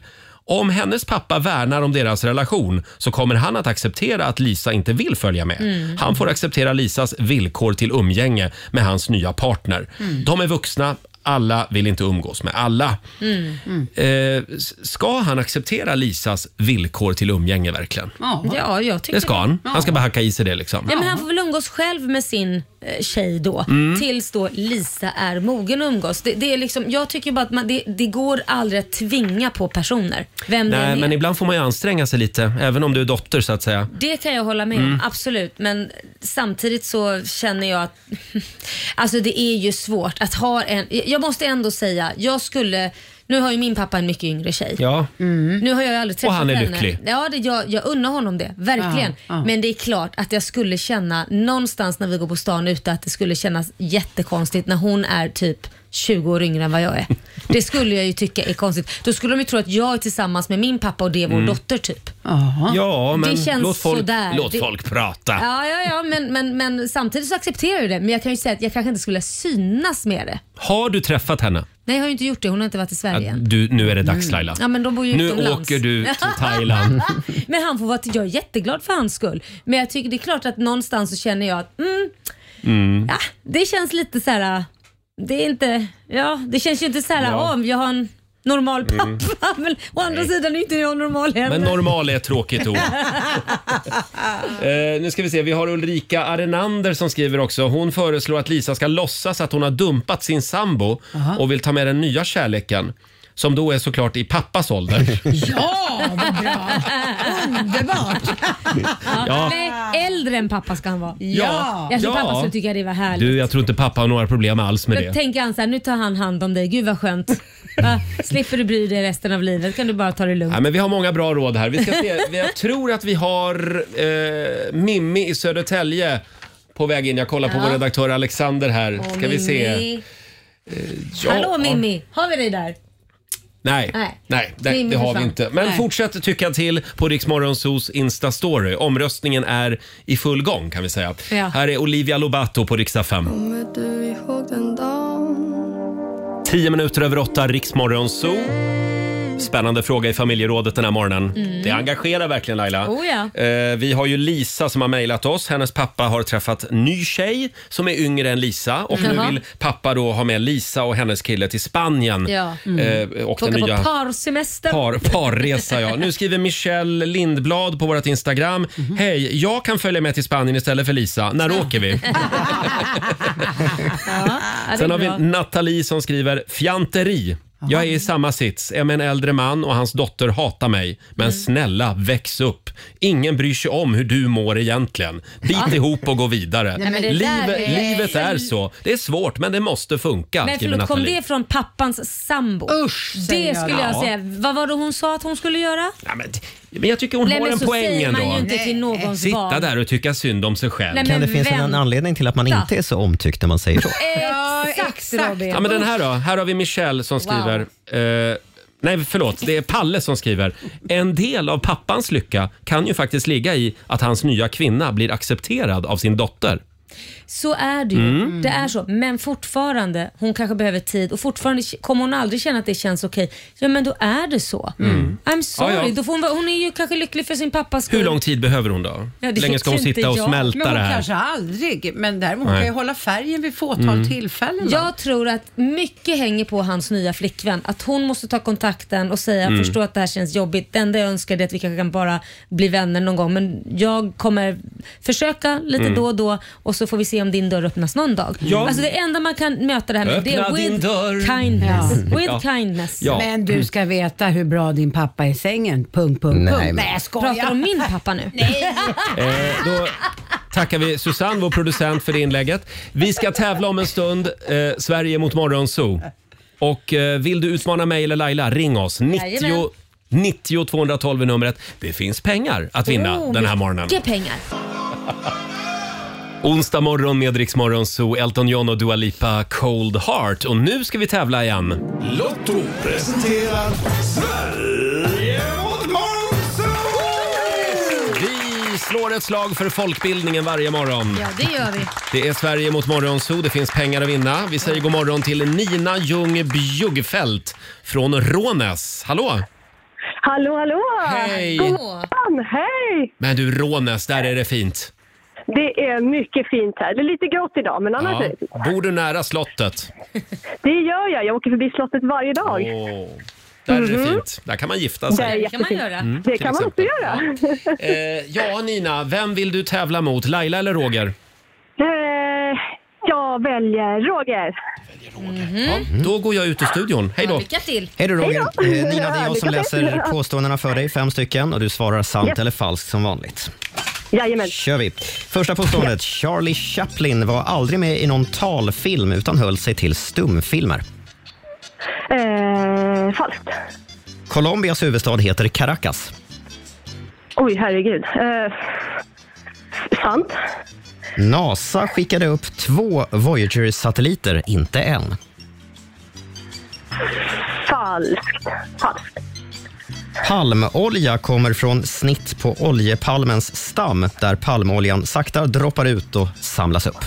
Speaker 1: Om hennes pappa värnar om deras relation så kommer han att acceptera att Lisa inte vill följa med.
Speaker 2: Mm.
Speaker 1: Han får acceptera Lisas villkor till umgänge med hans nya partner.
Speaker 2: Mm.
Speaker 1: De är vuxna, alla vill inte umgås med alla.
Speaker 2: Mm. Mm.
Speaker 1: Eh, s- ska han acceptera Lisas villkor till umgänge verkligen?
Speaker 3: Ja, jag tycker
Speaker 1: Det ska han.
Speaker 3: Ja.
Speaker 1: Han ska bara hacka i sig det liksom.
Speaker 3: Ja, men han får väl umgås själv med sin eh, tjej då
Speaker 1: Mm.
Speaker 3: tills då Lisa är mogen att umgås. Det, det är liksom, jag tycker bara att man, det, det går aldrig att tvinga på personer vem det
Speaker 1: Nej,
Speaker 3: än är.
Speaker 1: men ibland får man ju anstränga sig lite, även om du är dotter så att säga.
Speaker 3: Det kan jag hålla med om,
Speaker 1: Mm.
Speaker 3: absolut. Men samtidigt så känner jag att alltså det är ju svårt att ha en... Jag måste ändå säga, jag skulle... Nu har ju min pappa en mycket yngre tjej.
Speaker 1: Ja.
Speaker 3: Nu har jag ju aldrig träffat
Speaker 1: Mm. han är
Speaker 3: henne.
Speaker 1: lycklig.
Speaker 3: Ja, det, jag, jag unnar honom det. Verkligen.
Speaker 1: Ja, ja.
Speaker 3: Men det är klart att jag skulle känna någonstans när vi går på stan ute att det skulle kännas jättekonstigt när hon är typ 20 år yngre än vad jag är. Det skulle jag ju tycka är konstigt. Då skulle de ju tro att jag är tillsammans med min pappa och det är vår
Speaker 1: Mm.
Speaker 3: dotter typ.
Speaker 1: Ja, men
Speaker 3: Det känns
Speaker 1: låt folk,
Speaker 3: Alltså, sådär.
Speaker 1: Låt
Speaker 3: Det-
Speaker 1: folk prata.
Speaker 3: Ja, ja, ja men, men, men samtidigt så accepterar jag det. Men jag kan ju säga att jag kanske inte skulle synas med det.
Speaker 1: Har du träffat henne?
Speaker 3: Nej, jag har ju inte gjort det. Hon har inte varit i Sverige
Speaker 1: Ja,
Speaker 3: än.
Speaker 1: Du, nu är det dags
Speaker 3: Mm.
Speaker 1: Laila.
Speaker 3: Ja, men de bor ju
Speaker 1: nu
Speaker 3: utomlands.
Speaker 1: åker du till Thailand.
Speaker 3: men han får vara till, jag är jätteglad för hans skull. Men jag tycker det är klart att någonstans så känner jag att mm,
Speaker 1: Mm.
Speaker 3: det känns lite så här. Det är inte, ja det känns ju inte så här,
Speaker 1: Ja.
Speaker 3: om jag har en normal pappa.
Speaker 1: Mm.
Speaker 3: Men å andra sidan är inte jag normal heller.
Speaker 1: Men normal är ett tråkigt ord. Eh, nu ska vi se, vi har Ulrika Arenander som skriver också. Hon föreslår att Lisa ska låtsas att hon har dumpat sin sambo
Speaker 2: Aha.
Speaker 1: och vill ta med den nya kärleken. Som då är såklart i pappas ålder.
Speaker 7: Ja, vad bra. Underbart.
Speaker 1: Ja.
Speaker 3: Nej, äldre än pappa ska han vara.
Speaker 1: Ja.
Speaker 3: Jag tror
Speaker 1: Ja.
Speaker 3: pappa skulle tycka det var härligt.
Speaker 1: Du, jag tror inte pappa har några problem alls med
Speaker 3: Då
Speaker 1: det.
Speaker 3: tänker han så här, nu tar han hand om dig, gud vad skönt. Va? Slipper du bry dig resten av livet, kan du bara ta det lugnt.
Speaker 1: Nej, men vi har många bra råd här. Vi ska se. Vi- Jag tror att vi har eh, Mimmi i Södertälje på väg in. Jag kollar på
Speaker 3: Ja.
Speaker 1: vår redaktör Alexander här.
Speaker 3: Åh,
Speaker 1: Ska vi se. Eh,
Speaker 3: Mimmi.
Speaker 1: Ja.
Speaker 3: Hallå Mimmi, har vi dig där?
Speaker 1: Nej, nej,
Speaker 3: Nej.
Speaker 1: det, det har vi
Speaker 3: försvann.
Speaker 1: inte. Men
Speaker 3: Nej.
Speaker 1: fortsätt tycka till på Riksmorgonsos Insta-story. Omröstningen är i full gång kan vi säga.
Speaker 2: Ja.
Speaker 1: Här är Olivia Lobato på riksdag 5.
Speaker 2: Kommer du ihåg den dagen?
Speaker 1: Tio minuter över åtta, Riksmorgonso. Spännande fråga i familjerådet den här morgonen.
Speaker 2: Mm.
Speaker 1: Det engagerar verkligen Laila.
Speaker 2: Oh, ja.
Speaker 1: Eh, vi har ju Lisa som har mejlat oss. Hennes pappa har träffat ny tjej som är yngre än Lisa och
Speaker 3: Mm.
Speaker 1: nu
Speaker 3: Jaha.
Speaker 1: vill pappa då ha med Lisa och hennes kille till Spanien.
Speaker 3: Ja. Mm.
Speaker 1: Eh, och
Speaker 3: Få
Speaker 1: den
Speaker 3: åka
Speaker 1: nya...
Speaker 3: på parsemester.
Speaker 1: Par, parresa, ja. Nu skriver Michelle Lindblad på vårt Instagram.
Speaker 3: Mhm.
Speaker 1: Hej, jag kan följa med till Spanien istället för Lisa. När åker vi? Sen har vi Nathalie som skriver “Fjanteri. Jag är i samma sits. Jag är med en äldre man och hans dotter hatar mig. Men
Speaker 3: Mm.
Speaker 1: snälla, väx upp. Ingen bryr sig om hur du mår egentligen. Bit
Speaker 3: Ja.
Speaker 1: ihop och gå vidare.
Speaker 3: Nej, men det där
Speaker 1: Livet-
Speaker 3: är-
Speaker 1: Livet är så. Det är svårt, men det måste funka.
Speaker 3: Men
Speaker 1: skriver
Speaker 3: förlåt, kom
Speaker 1: Nathalie.
Speaker 3: det från pappans sambo? Usch,
Speaker 1: säger
Speaker 3: det
Speaker 1: jag.
Speaker 3: skulle jag
Speaker 1: Ja.
Speaker 3: säga. Vad var det hon sa att hon skulle göra?
Speaker 1: Nej, men, men jag tycker hon
Speaker 3: Nej,
Speaker 1: har
Speaker 3: men
Speaker 1: en
Speaker 3: så
Speaker 1: poäng
Speaker 3: säger man
Speaker 1: ändå.
Speaker 3: ju inte till någons
Speaker 1: Sitta
Speaker 3: barn.
Speaker 1: där och tycka synd om sig själv.
Speaker 3: Nej,
Speaker 8: Kan det
Speaker 3: men
Speaker 8: finnas en
Speaker 3: vänta.
Speaker 8: anledning till att man inte är så omtyckt när man säger så?
Speaker 3: Exakt, Robin.
Speaker 1: Ja, men den här då? Här har vi Michelle som skriver... Eh, nej, förlåt. Det är Palle som skriver. En del av pappans lycka kan ju faktiskt ligga i att hans nya kvinna blir accepterad av sin dotter.
Speaker 3: Så är det ju.
Speaker 1: Mm.
Speaker 3: Det är så. Men fortfarande, hon kanske behöver tid och fortfarande k- kommer hon aldrig känna att det känns okej. Ja, men då är det så.
Speaker 1: Mm.
Speaker 3: I'm sorry.
Speaker 1: Ja, ja.
Speaker 3: Då får hon, vara- hon är ju kanske lycklig för sin pappas skull.
Speaker 1: Hur lång tid behöver hon då?
Speaker 3: Ja,
Speaker 1: Hur
Speaker 3: det
Speaker 1: länge
Speaker 3: vet
Speaker 1: ska hon
Speaker 3: inte
Speaker 1: sitta och
Speaker 3: jag.
Speaker 1: smälta
Speaker 7: Men
Speaker 1: det
Speaker 7: hon
Speaker 1: här?
Speaker 7: kanske aldrig, men däremot
Speaker 1: Nej.
Speaker 7: kan ju hålla färgen vid fåtal
Speaker 1: Mm.
Speaker 7: tillfällen. va?
Speaker 3: Jag tror att mycket hänger på hans nya flickvän. Att hon måste ta kontakten och säga
Speaker 1: Mm.
Speaker 3: mm. förstå att det här känns jobbigt. Det enda jag önskar är att vi kanske kan bara bli vänner någon gång. Men jag kommer försöka lite
Speaker 1: Mm.
Speaker 3: då och då och så får vi se om din dörr öppnas någon dag.
Speaker 1: Ja.
Speaker 3: Alltså det enda man kan möta det här med det
Speaker 1: Öppna
Speaker 3: är with
Speaker 1: din dörr.
Speaker 3: kindness.
Speaker 1: Ja.
Speaker 3: With
Speaker 1: Ja.
Speaker 3: kindness.
Speaker 1: Ja.
Speaker 7: Men du ska veta hur bra din pappa är i sängen. Punkt, punkt,
Speaker 1: Nej,
Speaker 7: punkt.
Speaker 1: men-
Speaker 7: Nej, jag skojar.
Speaker 3: Pratar du om min pappa nu?
Speaker 7: Nej.
Speaker 1: Eh, då tackar vi Susanne, vår producent, för det inlägget. Vi ska tävla om en stund. Eh, Sverige mot Morgonzoo. Och eh, vill du utmana mig eller Laila, ring oss. 90,
Speaker 3: Jajamän.
Speaker 1: 90 212 är numret. Det finns pengar att vinna
Speaker 3: Oh,
Speaker 1: den här morgonen.
Speaker 3: Mycket pengar.
Speaker 1: Onsdag morgon med Rix Morgonzoo, Elton John och Dua Lipa, Cold Heart. Och nu ska vi tävla igen.
Speaker 15: Lotto presenterar Sverige mot Morgonzoo!
Speaker 1: Vi slår ett slag för folkbildningen varje morgon.
Speaker 3: Ja, det gör vi.
Speaker 1: Det är Sverige mot Morgonzoo. Det finns pengar att vinna. Vi säger god morgon till Nina Ljung Bjuggfeldt från Rånäs. Hallå!
Speaker 16: Hallå, hallå!
Speaker 1: Hej!
Speaker 16: God morgon, hej!
Speaker 1: Men du Rånäs, där är det fint.
Speaker 16: Det är mycket fint här. Det är lite grått idag, men annars är det fint.
Speaker 1: Bor du nära slottet?
Speaker 16: Det gör jag. Jag åker förbi slottet varje dag.
Speaker 1: Åh, där är det
Speaker 16: Mhm.
Speaker 1: fint. Där kan man gifta sig.
Speaker 16: jättefint.
Speaker 1: Mm,
Speaker 16: det
Speaker 1: till
Speaker 16: kan man också
Speaker 1: exempel.
Speaker 16: göra.
Speaker 1: Eh, ja, Nina, vem vill du tävla mot? Laila eller Roger?
Speaker 16: Eh, jag väljer Roger.
Speaker 1: Då går jag ut ur studion. Hej då!
Speaker 3: Mhm. Lycka till!
Speaker 8: Hej då Roger. Eh, Nina, det är jag som
Speaker 16: Lycka till.
Speaker 8: läser påståendena för dig, fem stycken, och du svarar sant
Speaker 16: Yes.
Speaker 8: eller falskt som vanligt.
Speaker 16: Jajamän.
Speaker 8: kör vi. Första påståendet. Charlie Chaplin var aldrig med i någon talfilm utan höll sig till stumfilmer.
Speaker 16: Eh, falskt.
Speaker 8: Colombias huvudstad heter Caracas.
Speaker 16: Oj, herregud. Eh, sant.
Speaker 8: NASA skickade upp två Voyager-satelliter, inte en.
Speaker 16: Falskt. Falskt.
Speaker 8: Palmolja kommer från snitt på oljepalmens stam där palmoljan sakta droppar ut och samlas upp.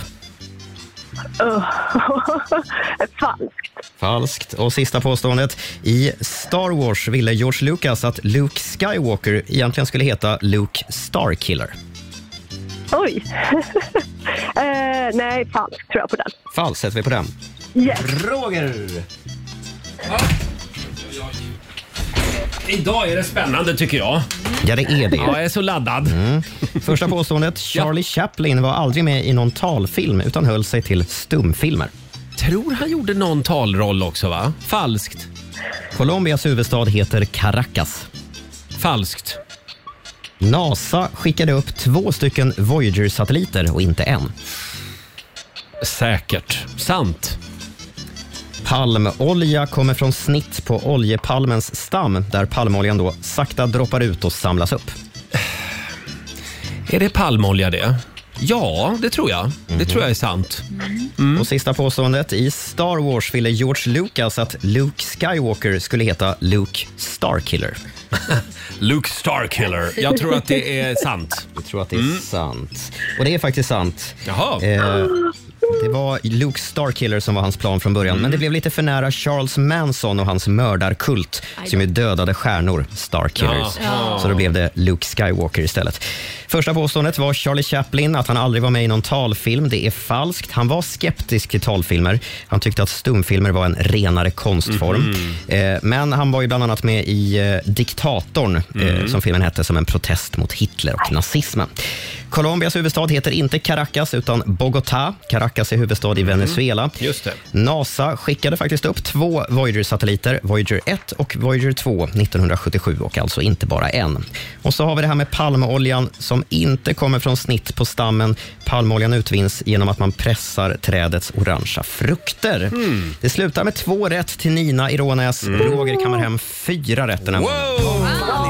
Speaker 16: Uh, falskt.
Speaker 8: Falskt. Och sista påståendet. I Star Wars ville George Lucas att Luke Skywalker egentligen skulle heta Luke Starkiller.
Speaker 16: Oj. eh, nej, falskt tror jag på den.
Speaker 8: Falskt sätter vi på den.
Speaker 1: Mm.
Speaker 16: Yes.
Speaker 8: Roger!
Speaker 1: Idag är det spännande tycker jag.
Speaker 8: Ja, det är det.
Speaker 1: Ja, jag är så laddad.
Speaker 8: Mm. Första påståendet. Charlie Chaplin var aldrig med i någon talfilm utan höll sig till stumfilmer.
Speaker 1: Tror han gjorde någon talroll också, va? Falskt.
Speaker 8: Colombias huvudstad heter Caracas.
Speaker 1: Falskt.
Speaker 8: NASA skickade upp två stycken Voyager-satelliter och inte en.
Speaker 1: Säkert. Sant.
Speaker 8: Palmolja kommer från snitt på oljepalmens stam där palmoljan då sakta droppar ut och samlas upp.
Speaker 1: Är det palmolja det? Ja, det tror jag. Det tror jag är sant.
Speaker 8: Mhm.
Speaker 1: Mm.
Speaker 8: Och sista påståendet. I Star Wars ville George Lucas att Luke Skywalker skulle heta Luke Starkiller.
Speaker 1: Luke Starkiller. Jag tror att det är sant.
Speaker 8: Du tror att det är sant. Och det är faktiskt sant.
Speaker 1: Jaha.
Speaker 8: Eh, det var Luke Starkiller som var hans plan från början, men det blev lite för nära Charles Manson och hans mördarkult som ju dödade stjärnor, Starkillers.
Speaker 2: Jaha.
Speaker 8: Så då blev det Luke Skywalker istället. Första påståendet var Charlie Chaplin, att han aldrig var med i någon talfilm. Det är falskt. Han var skeptisk till talfilmer. Han tyckte att stumfilmer var en renare konstform.
Speaker 1: Mhm.
Speaker 8: Eh, Men han var ju bland annat med i eh, Diktatorn, eh,
Speaker 2: Mm.
Speaker 8: som filmen hette, som en protest mot Hitler och nazismen. Colombias huvudstad heter inte Caracas, utan Bogotá. Caracas är huvudstad i Venezuela.
Speaker 1: Mm. Just det.
Speaker 8: NASA skickade faktiskt upp två Voyager-satelliter, Voyager 1 och Voyager 2, 1977 och alltså inte bara en. Och så har vi det här med palmoljan som inte kommer från snitt på stammen. Palmoljan utvinns genom att man pressar trädets orangea frukter.
Speaker 1: Mm.
Speaker 8: Det slutar med två rätt till Nina i Rånäs. Roger kammar hem fyra rätt den här morgonen.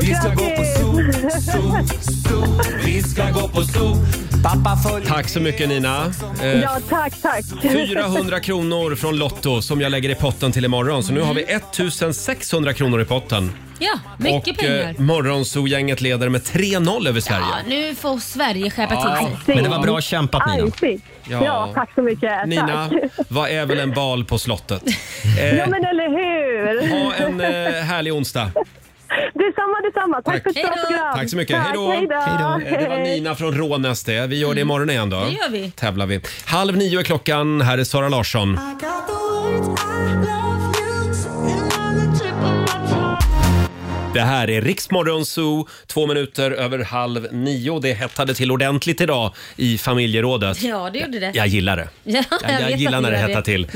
Speaker 15: Vi ska gå på zoo, zoo, zoo. Vi ska gå på zoo. Pappa följer
Speaker 1: Tack så mycket Nina. Eh,
Speaker 16: Ja, tack, tack.
Speaker 1: 400 kronor från Lotto som jag lägger i potten till imorgon. Så nu har vi
Speaker 16: Mm.
Speaker 1: 1600 kronor i potten.
Speaker 3: Ja, mycket
Speaker 1: och
Speaker 3: pengar.
Speaker 1: eh, Morgonzoo-gänget leder med 3-0 över Sverige.
Speaker 3: Ja, nu får Sverige skärpa till sig.
Speaker 1: Ah, Men det var bra kämpat Nina. Ja.
Speaker 16: Ah, Ja. tack så mycket.
Speaker 1: Nina,
Speaker 16: Tack.
Speaker 1: vad är väl en bal på slottet? Eh,
Speaker 16: Ja, men eller hur?
Speaker 1: Ha en eh, härlig onsdag.
Speaker 16: Detsamma, detsamma. Tack,
Speaker 1: Tack.
Speaker 16: för ett bra program.
Speaker 1: Tack så mycket. Hej då!
Speaker 16: Hej då.
Speaker 1: Eh, Det var Nina från Rånäs det. Vi
Speaker 3: Mm.
Speaker 1: gör det imorgon igen då.
Speaker 2: Det gör vi.
Speaker 1: Tävlar vi. Halv nio är klockan. Här är Sara Larsson. Det här är Riksmorgon Zoo, två minuter över halv nio. Det hettade till ordentligt idag i familjerådet.
Speaker 3: Ja, det gjorde det.
Speaker 1: Jag gillar det.
Speaker 3: Ja,
Speaker 1: Jag, jag,
Speaker 3: vet
Speaker 1: gillar
Speaker 3: att
Speaker 1: när
Speaker 3: du
Speaker 1: det
Speaker 3: gör
Speaker 1: hettar till.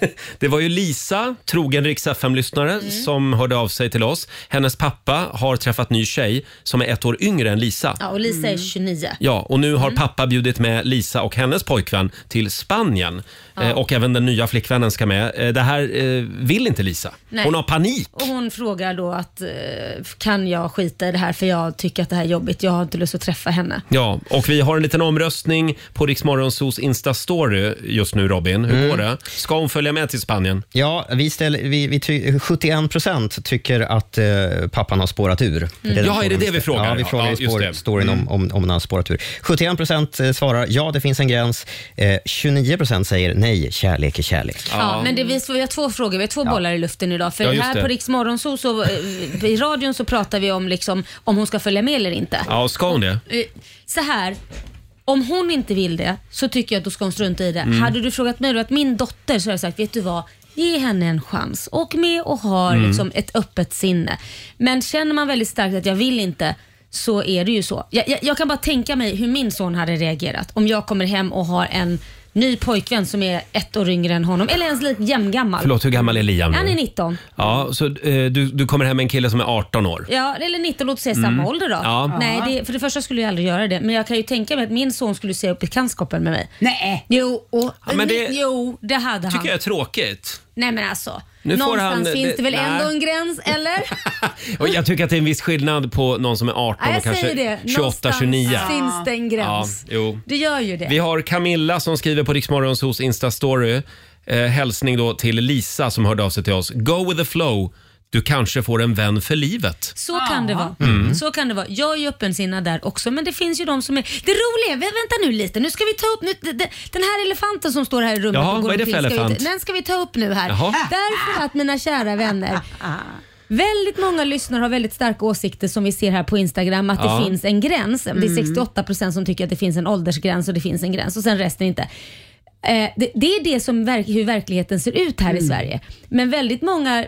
Speaker 1: Eh, det var ju Lisa, trogen Rix FM-lyssnare,
Speaker 3: Mm.
Speaker 1: som hörde av sig till oss. Hennes pappa har träffat ny tjej som är ett år yngre än Lisa.
Speaker 3: Ja, Mm. och Lisa är 29.
Speaker 1: Ja, och nu har pappa bjudit med Lisa och hennes pojkvän till Spanien.
Speaker 3: Ja.
Speaker 1: Eh, och även den nya flickvännen ska med. Eh, det här eh, vill inte Lisa.
Speaker 3: Nej.
Speaker 1: Hon har panik.
Speaker 3: Och hon frågar då att eh, kan jag skita i det här för jag tycker att det här är jobbigt. Jag har inte lust att träffa henne.
Speaker 1: Ja, och vi har en liten omröstning på Riksmorgonsos Insta-story just nu Robin. Hur
Speaker 3: Mm.
Speaker 1: går det? Ska hon följa med till Spanien?
Speaker 8: Ja, vi ställer, vi, vi ty, 71 procent tycker att eh, pappan har spårat ur.
Speaker 1: Mm. Ja, är det det vi frågar?
Speaker 8: Ja, vi frågar
Speaker 1: Ja,
Speaker 8: i
Speaker 1: just
Speaker 8: spår,
Speaker 1: det. Mm.
Speaker 8: storyn om, om, om han har spårat ur. 71 procent eh, svarar ja, det finns en gräns. Eh, 29 procent säger nej, kärlek är kärlek.
Speaker 3: Ja. men det, vi, vi har två frågor, vi har två bollar i luften idag. För
Speaker 8: Ja, just
Speaker 3: här
Speaker 8: det.
Speaker 3: på Rix Morgonzoo så, eh, i radion så pratar vi om liksom, om hon ska följa med eller inte.
Speaker 1: Ja, ska hon det?
Speaker 3: Eh, Så här, om hon inte vill det så tycker jag att då ska hon strunta i det.
Speaker 1: Mm.
Speaker 3: Hade du frågat mig då att min dotter så hade jag sagt, vet du vad? Ge henne en chans. Åk med och ha
Speaker 10: Mm.
Speaker 3: liksom ett öppet sinne. Men känner man väldigt starkt att jag vill inte så är det ju så. Jag, jag, jag kan bara tänka mig hur min son hade reagerat om jag kommer hem och har en ny pojkvän som är ett år yngre än honom eller ens lite jämngammal.
Speaker 1: Förlåt, hur gammal är Liam nu?
Speaker 3: Han är 19.
Speaker 1: Ja, så eh, du, du kommer hem med en kille som är 18 år.
Speaker 3: Ja, eller 19, låt säga
Speaker 1: Mm.
Speaker 3: samma ålder då.
Speaker 1: Ja.
Speaker 3: Nej, det, för det första skulle jag aldrig göra det, men jag kan ju tänka mig att min son skulle säga upp bekantskapen med mig. Nej. Jo, och,
Speaker 1: Ja, men det-
Speaker 3: jo det hade han.
Speaker 1: tycker jag är tråkigt.
Speaker 3: Nej men alltså,
Speaker 1: Nu får
Speaker 3: någonstans
Speaker 1: han-
Speaker 3: finns
Speaker 1: det-
Speaker 3: det väl
Speaker 1: nej.
Speaker 3: ändå en gräns, eller?
Speaker 1: Och jag tycker att det är en viss skillnad på någon som är 18
Speaker 3: ja, jag
Speaker 1: och kanske
Speaker 3: säger det.
Speaker 1: 28,
Speaker 3: någonstans
Speaker 1: 29.
Speaker 3: finns det en
Speaker 1: Ja,
Speaker 3: gräns.
Speaker 1: jo.
Speaker 3: Det gör ju det.
Speaker 1: Vi har Camilla som skriver på Riksmorgonsos Insta-story. Eh, hälsning då till Lisa som hörde av sig till oss. Go with the flow. Du kanske får en vän för livet.
Speaker 3: Så kan det vara.
Speaker 1: Mm.
Speaker 3: Så kan det vara. Jag är ju öppensinnad där också men det finns ju de som är... Det roliga är, vä- vänta nu lite, nu ska vi ta upp nu, d- d- den här elefanten som står här i rummet
Speaker 1: Jaha,
Speaker 3: och går
Speaker 1: vad är det
Speaker 3: omkring,
Speaker 1: för
Speaker 3: ska vi-
Speaker 1: elefant?
Speaker 3: Den ska vi ta upp nu här.
Speaker 1: Jaha.
Speaker 3: Därför att mina kära vänner, väldigt många lyssnare har väldigt starka åsikter som vi ser här på Instagram att
Speaker 10: Ja.
Speaker 3: det finns en gräns. Det
Speaker 10: Mm.
Speaker 3: är 68% som tycker att det finns en åldersgräns och det finns en gräns och sen resten inte. Eh, det, det är det som verk, hur verkligheten ser ut här
Speaker 1: Mm.
Speaker 3: i Sverige. Men väldigt många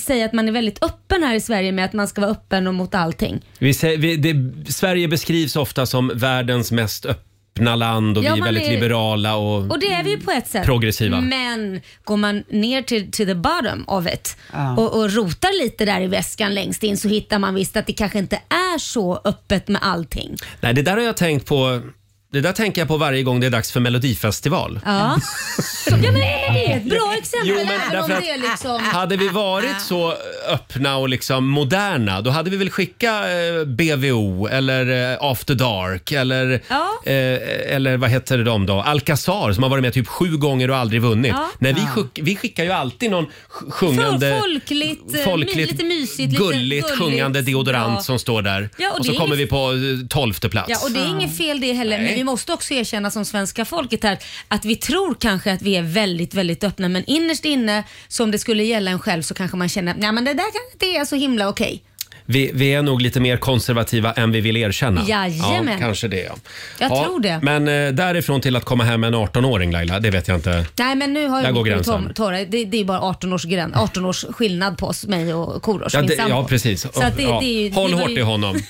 Speaker 3: säger att man är väldigt öppen här i Sverige med att man ska vara öppen och mot allting.
Speaker 1: Vi säger, vi, det, Sverige beskrivs ofta som världens mest öppna land och
Speaker 3: Ja,
Speaker 1: vi är
Speaker 3: man
Speaker 1: väldigt
Speaker 3: är-
Speaker 1: liberala. Och,
Speaker 3: Och det är vi ju på ett sätt.
Speaker 1: Mm. Progressiva.
Speaker 3: Men går man ner till to the bottom of it
Speaker 1: Ja.
Speaker 3: och, och rotar lite där i väskan längst in så hittar man visst att det kanske inte är så öppet med allting.
Speaker 1: Nej, det där har jag tänkt på. Det där tänker jag på varje gång det är dags för Melodifestival.
Speaker 3: Ja, så, ja men det är det ett bra
Speaker 1: Jo, men
Speaker 3: även om
Speaker 1: därför
Speaker 3: det är
Speaker 1: att-
Speaker 3: liksom...
Speaker 1: Hade vi varit så öppna och liksom moderna, då hade vi väl skickat eh, BVO eller eh, After Dark eller,
Speaker 3: Ja.
Speaker 1: eh, eller vad heter de då? Alcazar som har varit med typ sju gånger och aldrig vunnit.
Speaker 3: Ja.
Speaker 1: Nej, vi, skick, vi skickar ju alltid någon sj- sjungande,
Speaker 3: För folkligt, eh, my,
Speaker 1: folkligt,
Speaker 3: lite mysigt, lite
Speaker 1: gulligt, sjungande deodorant
Speaker 3: Ja.
Speaker 1: som står där.
Speaker 3: Ja, och
Speaker 1: och
Speaker 3: det
Speaker 1: så
Speaker 3: är
Speaker 1: kommer
Speaker 3: inget-
Speaker 1: vi på eh, tolfte plats.
Speaker 3: Ja, och det är inget fel det heller,
Speaker 1: Nej.
Speaker 3: men vi måste också erkänna som svenska folket här att vi tror kanske att vi är väldigt, väldigt öppna, men innerst inne, som det skulle gälla en själv, så kanske man känner nej men det där kanske inte är så himla okej.
Speaker 1: Vi, vi är nog lite mer konservativa än vi vill erkänna.
Speaker 3: Jajamän.
Speaker 1: Ja, kanske det. Ja.
Speaker 3: Jag
Speaker 1: ja,
Speaker 3: tror det.
Speaker 1: Men eh, därifrån till att komma hem med en 18-åring Laila, det vet jag inte.
Speaker 3: Nej, men nu har
Speaker 1: Där
Speaker 3: jag
Speaker 1: går
Speaker 3: blivit
Speaker 1: gränsen.
Speaker 3: tom- torra. Det, det är ju bara 18 års, gräns, 18 års skillnad på oss, mig och Korosh,
Speaker 1: Ja,
Speaker 3: min
Speaker 1: det,
Speaker 3: sambo.
Speaker 1: ja precis.
Speaker 3: Så att det,
Speaker 1: ja.
Speaker 3: det är ju,
Speaker 1: Håll
Speaker 3: det var
Speaker 1: hårt
Speaker 3: ju-
Speaker 1: i honom.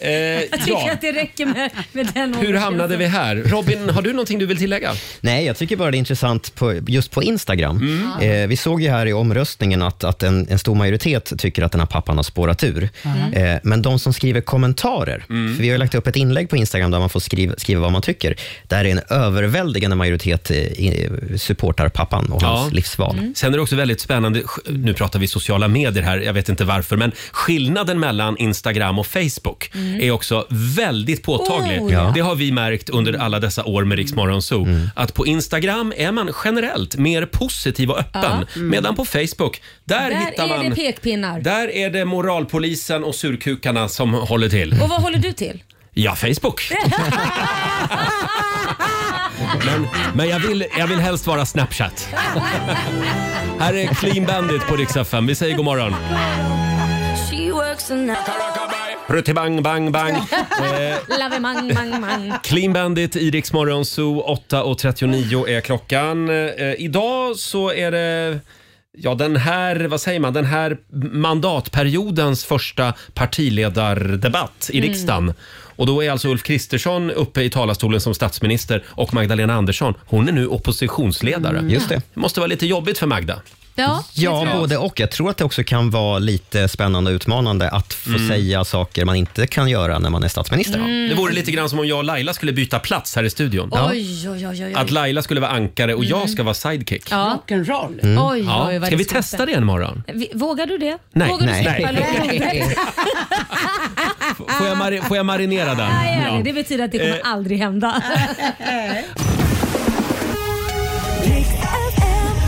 Speaker 1: Eh,
Speaker 3: Jag tycker
Speaker 1: ja.
Speaker 3: att det räcker med, med den
Speaker 1: Hur hamnade vi här? Robin, har du någonting du vill tillägga?
Speaker 8: Nej, jag tycker bara det är intressant på, just på Instagram.
Speaker 1: Mm.
Speaker 8: Eh, vi såg ju här i omröstningen att, att en, en stor majoritet tycker att den här pappan har spårat ur.
Speaker 2: Mm.
Speaker 8: Eh, men de som skriver kommentarer,
Speaker 1: Mm.
Speaker 8: för vi har ju lagt upp ett inlägg på Instagram där man får skriva, skriva vad man tycker. Där är en överväldigande majoritet eh, i- supportar pappan och hans livsval.
Speaker 1: Mm. Sen är det också väldigt spännande, nu pratar vi sociala medier här, jag vet inte varför, men skillnaden mellan Instagram och Facebook
Speaker 2: Mm.
Speaker 1: är också väldigt påtaglig.
Speaker 2: Oh, ja.
Speaker 1: Det har vi märkt under alla dessa år med Rix Morgon Zoo,
Speaker 8: Mm.
Speaker 1: att på Instagram är man generellt mer positiv och öppen,
Speaker 3: Ja. Mm.
Speaker 1: medan på Facebook, där,
Speaker 3: Där
Speaker 1: hittar
Speaker 3: är
Speaker 1: man...
Speaker 3: det pekpinnar.
Speaker 1: Där är det moralpolisen och surkukarna som håller till.
Speaker 3: Och vad håller du till?
Speaker 1: Ja, Facebook. men men jag, vill, jag vill helst vara Snapchat. Här är Clean Bandit på Rix FM. Vi säger god morgon.
Speaker 2: She works a night.
Speaker 1: Prutti bang, bang, bang. Eh,
Speaker 3: Love mang, mang, mang.
Speaker 1: Clean Bandit i Rix Morgon Zoo. 8.39 är klockan. Eh, idag så är det Ja, den här, vad säger man, den här mandatperiodens första partiledardebatt i
Speaker 2: Mm.
Speaker 1: riksdagen. Och då är alltså Ulf Kristersson uppe i talarstolen som statsminister och Magdalena Andersson, hon är nu oppositionsledare.
Speaker 8: Mm. Just det.
Speaker 1: måste vara lite jobbigt för Magda.
Speaker 3: Ja,
Speaker 8: Ja, både och. Jag tror att det också kan vara lite spännande och utmanande att få säga saker man inte kan göra när man är statsminister.
Speaker 1: Mm. Det vore lite grann som om jag och Laila skulle byta plats här i studion.
Speaker 3: Oj, oj, oj, oj.
Speaker 1: Att Laila skulle vara ankare och jag
Speaker 3: Mm.
Speaker 1: ska vara sidekick.
Speaker 3: Ja.
Speaker 7: Rock'n'roll.
Speaker 1: Mm.
Speaker 3: Oj,
Speaker 1: Ja.
Speaker 3: oj, vad
Speaker 1: Ska
Speaker 3: det
Speaker 1: vi
Speaker 3: skulle
Speaker 1: testa det en morgon?
Speaker 3: Vi- Vågar du det?
Speaker 1: Nej.
Speaker 3: Vågar
Speaker 1: Nej.
Speaker 3: du släppa
Speaker 1: Nej.
Speaker 3: locket?
Speaker 1: Får jag, mari- får jag marinera den?
Speaker 3: Nej,
Speaker 1: Ja.
Speaker 3: ärligt, Ah. Det betyder att det kommer
Speaker 1: Eh.
Speaker 3: aldrig hända.
Speaker 1: Eh,